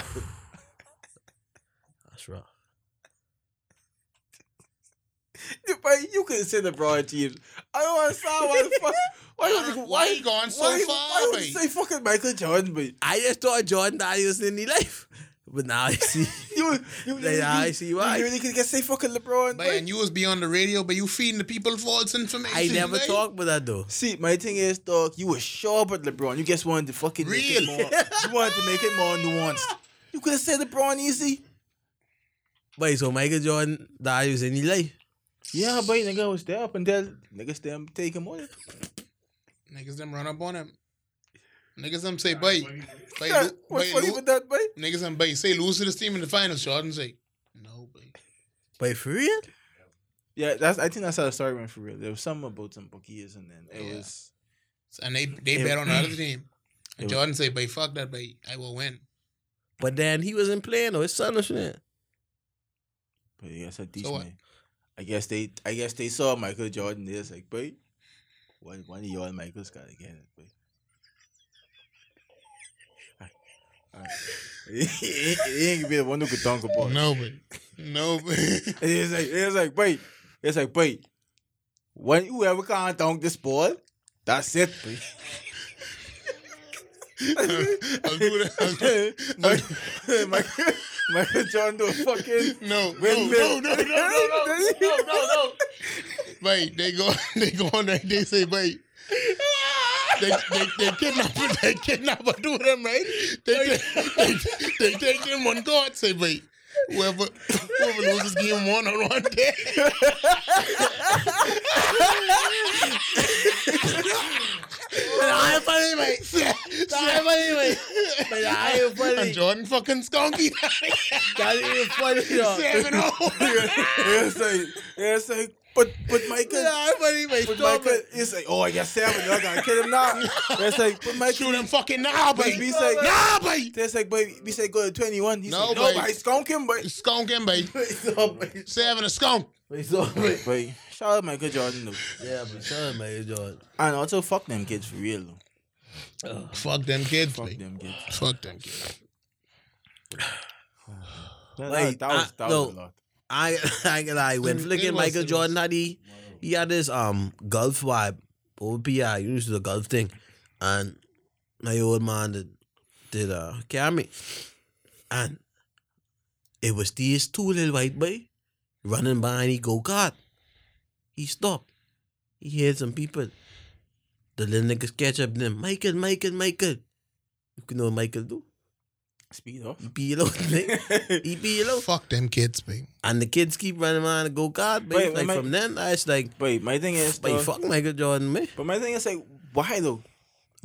Speaker 5: That's rough.
Speaker 4: But you could say the broad teams. I don't understand why the fuck. Why
Speaker 3: Alright,
Speaker 4: would you,
Speaker 3: why
Speaker 4: why
Speaker 3: you going so
Speaker 4: why,
Speaker 3: far,
Speaker 4: Why would you
Speaker 3: boy?
Speaker 4: say fucking Michael Jordan? But
Speaker 5: I just thought Jordan Daddy was in the life. But now I see
Speaker 4: you, you,
Speaker 5: Like,
Speaker 4: you,
Speaker 5: I
Speaker 4: you-
Speaker 5: see why.
Speaker 4: You really could get say fucking LeBron.
Speaker 3: Boy,
Speaker 4: boy.
Speaker 3: and you was be on the radio, but you feeding the people false information.
Speaker 5: I never
Speaker 3: boy.
Speaker 5: talked about that though.
Speaker 4: See, my thing is, dog, you were sure about LeBron. You just wanted to fucking
Speaker 3: Real.
Speaker 4: make it more. You wanted to make it more nuanced. You could have said LeBron easy.
Speaker 5: Wait, so Michael Jordan Daddy was in the life?
Speaker 4: Yeah, but nigga was there up until niggas them take him on.
Speaker 3: Niggas them run up on him. Niggas them say, boy, boy,
Speaker 4: Yeah,
Speaker 3: lo-
Speaker 4: what's
Speaker 3: boy,
Speaker 4: funny
Speaker 3: lo-
Speaker 4: with that, boy?
Speaker 3: niggas them, boy, say lose to this team in the finals. Jordan say, no, boy.
Speaker 5: Wait, for real?
Speaker 4: Yeah, that's. I think that's how the story went for real. There was something about some bookies, and then it
Speaker 3: Yeah.
Speaker 4: was.
Speaker 3: And they they
Speaker 4: It-
Speaker 3: bet on the other team.
Speaker 4: it-
Speaker 3: And Jordan say, boy, fuck that, boy. I will win.
Speaker 5: But then he wasn't playing or his son was playing.
Speaker 4: But yeah, I said these
Speaker 3: So what?
Speaker 4: men. I guess they. I guess they saw Michael Jordan. They was like, boy, one one of y'all Michael's gotta get it, boy. he ain't- he ain't gonna be the one who could dunk a ball.
Speaker 3: No, but no, but
Speaker 4: And It's like it's like wait, it's like wait. When whoever can't dunk this ball, that's it. boy.
Speaker 3: I'll do that.
Speaker 4: Michael, Michael, Michael Jordan do a fucking
Speaker 3: No, no, no,
Speaker 4: windmill.
Speaker 3: no, no, no, no. Wait, they go, they go on there. They say, wait. They, they, they kidnap they kidnap a do them right. They, they, they, they take them on court. Say, wait, Whoever, whoever loses game one on one day.
Speaker 5: I ain't funny, mate. I ain't funny, mate. But I ain't
Speaker 3: And
Speaker 5: funny.
Speaker 3: Jordan fucking skunky.
Speaker 5: That ain't funny, dog.
Speaker 3: Seven oh.
Speaker 4: it's like, it's like, but but Michael,
Speaker 5: I ain't funny, mate.
Speaker 4: but
Speaker 5: Stop
Speaker 4: Michael,
Speaker 5: it.
Speaker 4: it's like, oh, I got seven. I gotta kill him now. It's like, but Michael,
Speaker 3: Shoot him fucking now,
Speaker 4: but
Speaker 3: baby.
Speaker 4: be like,
Speaker 3: Nah, baby.
Speaker 4: That's like, but we say go to twenty one. He's
Speaker 3: No,
Speaker 4: like, no,
Speaker 3: but-
Speaker 4: but I skunk him, but
Speaker 3: Skunk him, baby.
Speaker 5: Stop
Speaker 3: Seven a skunk.
Speaker 5: it.
Speaker 4: But shout out Michael Jordan though.
Speaker 5: Yeah, but shut up, man, Jordan.
Speaker 4: And also fuck them kids for real though.
Speaker 3: Fuck them kids,
Speaker 4: Fuck
Speaker 3: babe.
Speaker 4: them kids.
Speaker 3: Fuck them kids.
Speaker 4: That,
Speaker 5: Like,
Speaker 4: that was
Speaker 5: I-
Speaker 4: that
Speaker 5: no.
Speaker 4: was a lot.
Speaker 5: I I ain't gonna lie, when
Speaker 3: It
Speaker 5: flicking
Speaker 3: was-
Speaker 5: Michael
Speaker 3: it
Speaker 5: Jordan had he, he had this um golf vibe. OPI, you know, this is a golf thing. And my old man did did uh carry. And it was these two little white boy running by and he go kart. He stopped. He heard some people. The little niggas catch up to them. Michael, Michael, Michael. You know what Michael do?
Speaker 4: Speed off.
Speaker 5: He peel out, nigga. He peel out.
Speaker 3: Fuck them kids, babe.
Speaker 5: And the kids keep running around and go God,
Speaker 4: Wait,
Speaker 5: babe. Like
Speaker 4: my-
Speaker 5: from then, I was like,
Speaker 4: Wait, my thing is,
Speaker 5: wait,
Speaker 4: though-
Speaker 5: fuck Michael Jordan, man.
Speaker 4: But my thing is like, why though?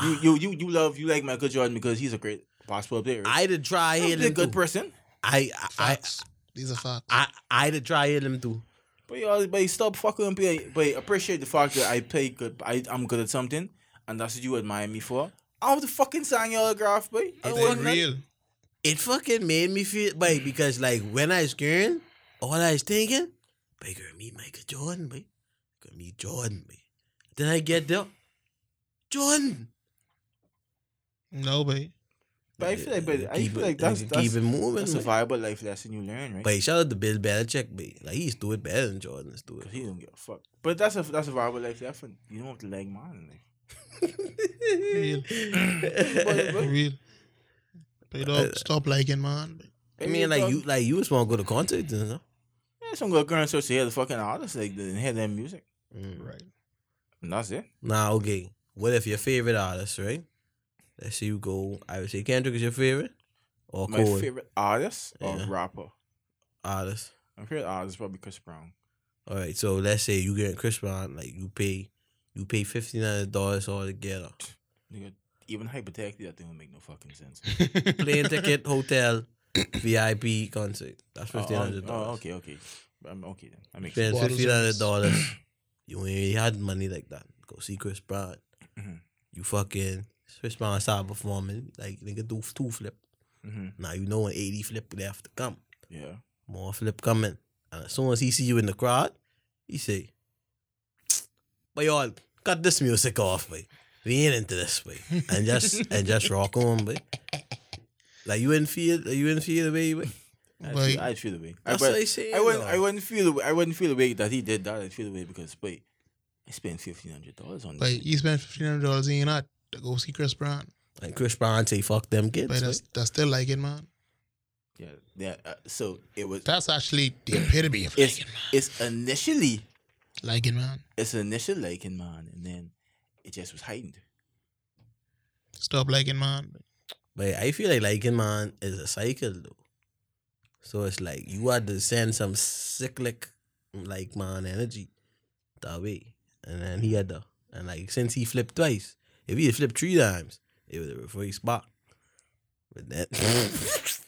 Speaker 4: You you you you love you like Michael Jordan because he's a great basketball player. right?
Speaker 5: I did try
Speaker 4: He's
Speaker 5: hit
Speaker 4: a
Speaker 5: him
Speaker 4: good
Speaker 5: too.
Speaker 4: person.
Speaker 5: I I
Speaker 3: Facts. These are facts.
Speaker 5: I I did try hit him too.
Speaker 4: But y'all, but stop fucking and play. But appreciate the fact that I play good. I I'm good at something, and that's what you admire me for. I want to fucking sign your autograph, boy. I
Speaker 5: It's
Speaker 4: want none.
Speaker 3: real.
Speaker 5: It fucking made me feel, babe, because like when I was scaring, all I was thinking, babe, gonna meet Michael Jordan, babe. Gonna meet Jordan, babe. Then I get there, Jordan.
Speaker 3: No, babe.
Speaker 4: But I feel like, but I
Speaker 5: Keep
Speaker 4: feel
Speaker 5: it-
Speaker 4: like that's
Speaker 5: keep
Speaker 4: that's,
Speaker 5: it moving.
Speaker 4: that's a
Speaker 5: babe.
Speaker 4: viable life lesson you learn, right?
Speaker 5: But shout out to Bill Belichick, babe. Like he's doing better than Jordan is doing.
Speaker 4: 'Cause he don't give a fuck. But that's a that's a viable life lesson. You don't have to like mine. Like.
Speaker 3: Real. real. Babe, dog, stop liking, man. babe.
Speaker 5: I mean, like you, like you just want to go to concerts, you know?
Speaker 4: yeah, some good girl in search to hear the fucking artists like and hear their music, Mm-hmm.
Speaker 3: Right.
Speaker 4: and that's it.
Speaker 5: Nah, okay. What if your favorite artist, right? Let's say you go. I would say Kendrick is your favorite, or
Speaker 4: My
Speaker 5: Cole
Speaker 4: favorite artist or
Speaker 5: Yeah.
Speaker 4: rapper.
Speaker 5: artist.
Speaker 4: My favorite artist is probably Chris Brown.
Speaker 5: All right, so let's say you get Chris Brown, like you pay, you pay fifty nine dollars all together,
Speaker 4: Nigga, even hypothetically, that thing would make no fucking sense.
Speaker 5: plane ticket, hotel, VIP concert. That's
Speaker 4: Oh,
Speaker 5: fifteen hundred
Speaker 4: Oh,
Speaker 5: dollars.
Speaker 4: okay, okay. I'm okay then. That makes
Speaker 5: Spend
Speaker 4: sense.
Speaker 3: Bottles
Speaker 5: fifteen hundred
Speaker 3: of
Speaker 5: dollars. you ain't really had money like that. Go see Chris Brown.
Speaker 4: Mhm.
Speaker 5: You fucking Chris Brown start performing like nigga do two flip.
Speaker 4: hmm
Speaker 5: Now you know an eighty flip would have to come.
Speaker 4: Yeah.
Speaker 5: more flip coming. And as soon as he see you in the crowd, he say, "But y'all cut this music off, boy. We ain't into this, boy. And just and just rock on, boy. Like you didn't feel, you didn't feel the way, boy.
Speaker 4: I'd,
Speaker 3: Like-
Speaker 4: feel, I'd feel the way. I,
Speaker 5: That's
Speaker 4: but
Speaker 5: what I say.
Speaker 4: I wouldn't. I
Speaker 5: dog.
Speaker 4: wouldn't feel. the way- I wouldn't feel the way that he did that. I'd feel the way because wait, I spent fifteen hundred dollars on
Speaker 3: Like
Speaker 4: this.
Speaker 3: you spent fifteen hundred dollars and you're not to go see Chris Brown.
Speaker 5: And Chris Brown say, "Fuck them
Speaker 3: But uh,
Speaker 5: kids."
Speaker 3: that's
Speaker 5: boy.
Speaker 3: that's still liking, man.
Speaker 4: Yeah. Yeah. Uh, so it was.
Speaker 3: That's actually the epitome of
Speaker 4: It's
Speaker 3: liking, man.
Speaker 4: it's initially
Speaker 3: Liking, man.
Speaker 4: it's initial liking man, and then it just was heightened.
Speaker 3: Stop liking, man.
Speaker 5: But I feel like liking man is a cycle though. So it's like you had to send some cyclic like man energy that way. And then he had the and like since he flipped twice, if he had flipped three times, it was a reverse spot. But that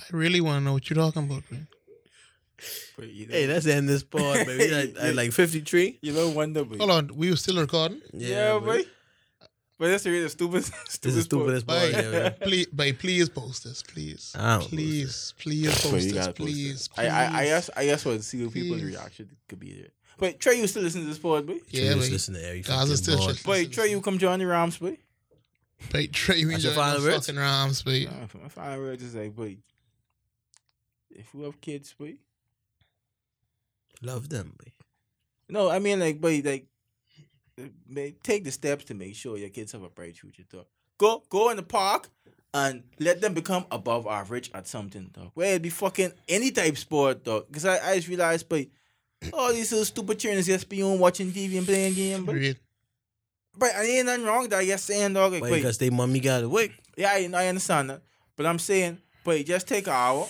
Speaker 3: I really want to know what you're talking about, man.
Speaker 4: But you know,
Speaker 5: Hey, let's end this part, baby. Like, at like fifty three.
Speaker 4: you know wonder. But,
Speaker 3: Hold on, we were still recording.
Speaker 4: yeah, boy. But that's the really stupid.
Speaker 5: This is stupidest part.
Speaker 3: Bye.
Speaker 5: Yeah, boy.
Speaker 3: please, babe, please post this, please,
Speaker 5: I don't post
Speaker 3: please, please
Speaker 4: But
Speaker 3: post
Speaker 4: you
Speaker 3: this,
Speaker 4: gotta post
Speaker 3: please,
Speaker 4: it. I, I, I
Speaker 3: please.
Speaker 4: asked, I asked what see people's
Speaker 3: Please.
Speaker 4: reaction could be there. But Trey, you still listen to this pod, boy?
Speaker 3: Yeah,
Speaker 5: Just
Speaker 3: babe.
Speaker 5: listen to every
Speaker 3: Gaza
Speaker 5: fucking
Speaker 3: still
Speaker 5: part.
Speaker 3: shit.
Speaker 4: Boy, Trey, you come join the Rams, boy.
Speaker 3: Babe, Trey, we
Speaker 5: That's your
Speaker 3: enjoying
Speaker 5: final
Speaker 3: the
Speaker 5: words?
Speaker 3: fucking rhymes, babe.
Speaker 4: Nah, My final words is like, boy, if you have kids, boy.
Speaker 5: Love them, boy.
Speaker 4: No, I mean like, boy, like, uh, ma- take the steps to make sure your kids have a bright future. Dog. Go, go in the park and let them become above average at something, dog. Where it be fucking any type sport, dog. Because I, I just realized, boy, all these little stupid children just be on watching TV and playing game, boy.
Speaker 3: Real.
Speaker 4: But I ain't nothing wrong with that. You're saying, dog. Like,
Speaker 5: Boy,
Speaker 4: wait,
Speaker 5: because they mommy got away.
Speaker 4: yeah, I, I understand that. But I'm saying, but just take an hour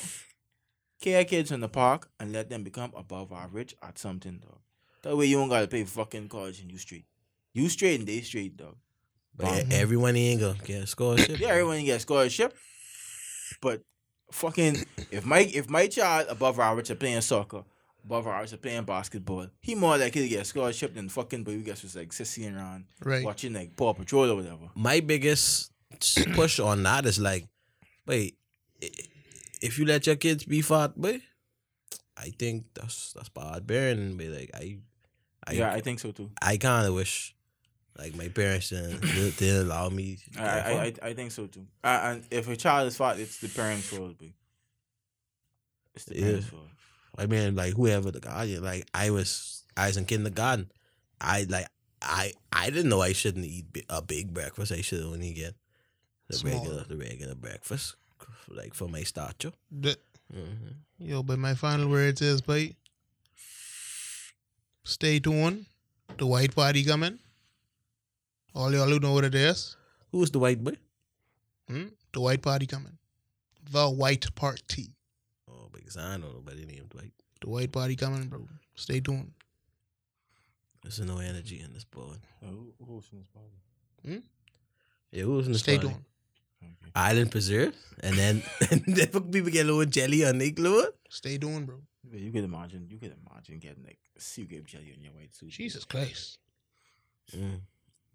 Speaker 4: care kids in the park and let them become above average at something, dog. That way you don't gotta pay fucking college and you straight. You straight and they straight, dog.
Speaker 5: But yeah, everyone ain't gonna get a scholarship.
Speaker 4: Yeah, everyone gets scholarship. But fucking if my if my child above average are playing soccer, above average are playing basketball, he more likely to get a scholarship than fucking but you guys was like sissing around
Speaker 3: Right.
Speaker 4: watching like Paw Patrol or whatever.
Speaker 5: My biggest push on that is like, wait, i- if you let your kids be fat, boy, I think that's that's bad bearing. But like, I, I,
Speaker 4: yeah, I think so too.
Speaker 5: I kind of wish, like, my parents didn't, they didn't allow me. To
Speaker 4: I,
Speaker 5: get
Speaker 4: I,
Speaker 5: fat.
Speaker 4: I, I think so too. Uh, and if a child is fat, it's the parents' fault. B. It's the
Speaker 5: Yeah.
Speaker 4: parents' fault.
Speaker 5: I mean, like whoever the guardian, like I was, I was in kindergarten. I like, I, I didn't know I shouldn't eat bi- a big breakfast. I should only get the
Speaker 3: Small.
Speaker 5: regular, the regular breakfast, like for my stature.
Speaker 3: The-
Speaker 5: Mm-hmm.
Speaker 3: Yo, but my final words is, boy, stay tuned. The white party coming. All y'all who know what it is,
Speaker 5: Who's the white boy?
Speaker 3: hmm? the white party coming. The white party.
Speaker 5: Oh, because I don't know nobody named white.
Speaker 3: The white party coming, bro. Stay tuned.
Speaker 5: There's no energy in this board.
Speaker 4: Who, who's in this party?
Speaker 5: Yeah, who's in the
Speaker 3: Stay
Speaker 5: party?
Speaker 3: tuned.
Speaker 4: Okay.
Speaker 5: Island preserve, and then and then people get a little jelly on their glue.
Speaker 3: Stay tuned, bro.
Speaker 4: Yeah, You could imagine. You could imagine getting like sea grape jelly in your white suit.
Speaker 3: Jesus Christ.
Speaker 5: Mm.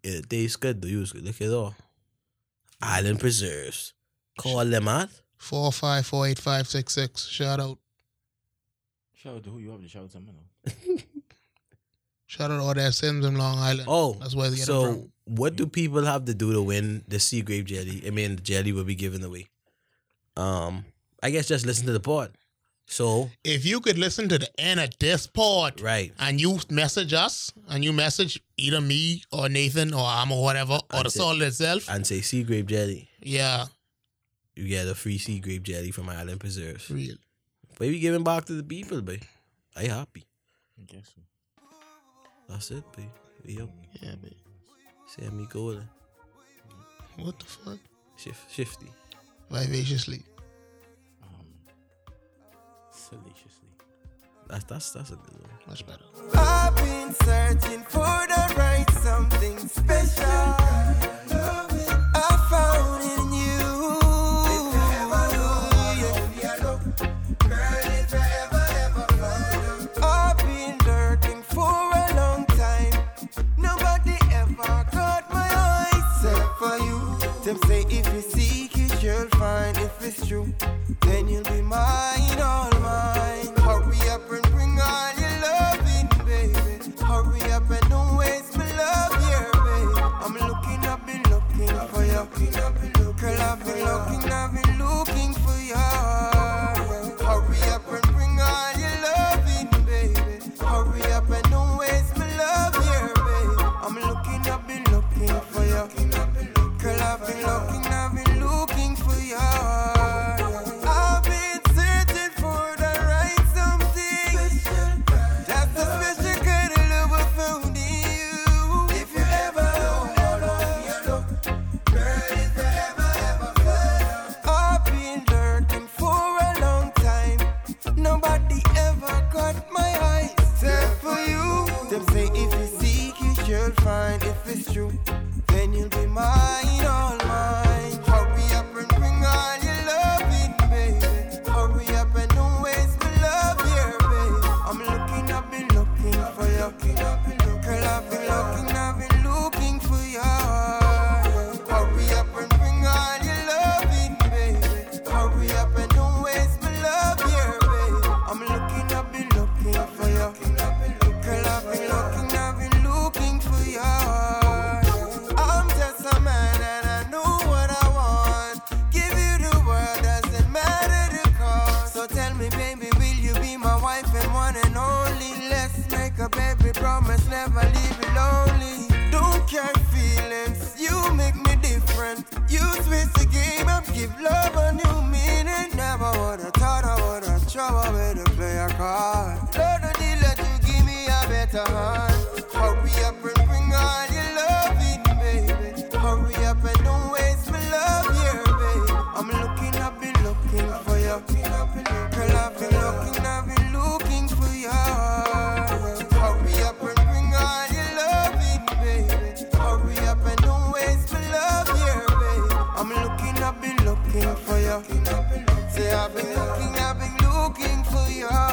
Speaker 5: It tastes good. The use good. Look at all. Island preserves. Call them out.
Speaker 3: Four five four eight five six six. Shout out.
Speaker 4: Shout out to who you have to shout out to. man, though.
Speaker 3: Shout out all that Sims in Long Island.
Speaker 5: Oh,
Speaker 3: that's where they get them
Speaker 5: so
Speaker 3: from.
Speaker 5: what do people have to do to win the sea grape jelly? I mean, the jelly will be given away. Um, I guess just listen to the pod. So
Speaker 3: If you could listen to the end of this pod
Speaker 5: right,
Speaker 3: and you message us and you message either me or Nathan or Am or whatever or the
Speaker 5: That's it.
Speaker 3: soul itself,
Speaker 5: and say sea grape jelly.
Speaker 3: yeah,
Speaker 5: You get a free sea grape jelly from Island Preserves.
Speaker 3: real.
Speaker 5: But we giving back to the people, but I happy.
Speaker 4: I guess so.
Speaker 5: That's it, but we up.
Speaker 3: Yeah, babe.
Speaker 5: Say me golden.
Speaker 3: What the fuck?
Speaker 5: Shift, shifty.
Speaker 3: Vivaciously.
Speaker 4: Um, salaciously.
Speaker 5: That's that's that's a good one.
Speaker 3: Much better.
Speaker 6: I've been searching for the right something special. I found in you. I've been lurking for a long time. Nobody ever caught my eyes except for you. Them say if you seek it, you'll find. If it's true, then you'll be mine, all mine. Hurry up and bring all your loving, baby. Hurry up and don't waste my love here, baby. I'm looking, I've been looking for you. Girl, I've been looking, I've been looking for you. Hurry up and bring all your loving, baby. Hurry up and don't waste my love here, baby. I'm looking, I've been looking for you. Girl, I've been looking, I've been looking for you. I've been searching for the right something. That's a special kind of love I found in you. If you ever know, girl, if you ever ever find I've been lurking for a long time. Nobody ever caught my eye except for you. Them say if you seek, it, you'll find. If it's true, then you'll be mine, all mine. Hurry up and bring all your loving, baby. Hurry up and don't waste my love here, baby. I'm looking, I've been looking for you. Girl, I've been looking, I've been looking for you. Hurry up and bring all your loving, baby. Hurry up and don't waste my love here, baby. I'm looking, I've been looking for you. Girl, I've been looking, I've been looking for you. I'm just a man and I know what I want. Give you the world, doesn't matter the cost. So tell me, baby, will you be my wife and one and only? Let's make a baby promise, never leave me lonely. Don't care feelings, you make me different. You switch the game up, give love a new meaning. Never woulda thought I woulda trouble with a player card. Lord, the dealer to give me a better hand. Hurry up and bring all your loving, baby. Hurry up and don't waste my love here, baby. I'm looking, I've been looking for you. Girl, I've been looking for you. Say I've been looking, I've been looking for you. Mm-hmm. Oh,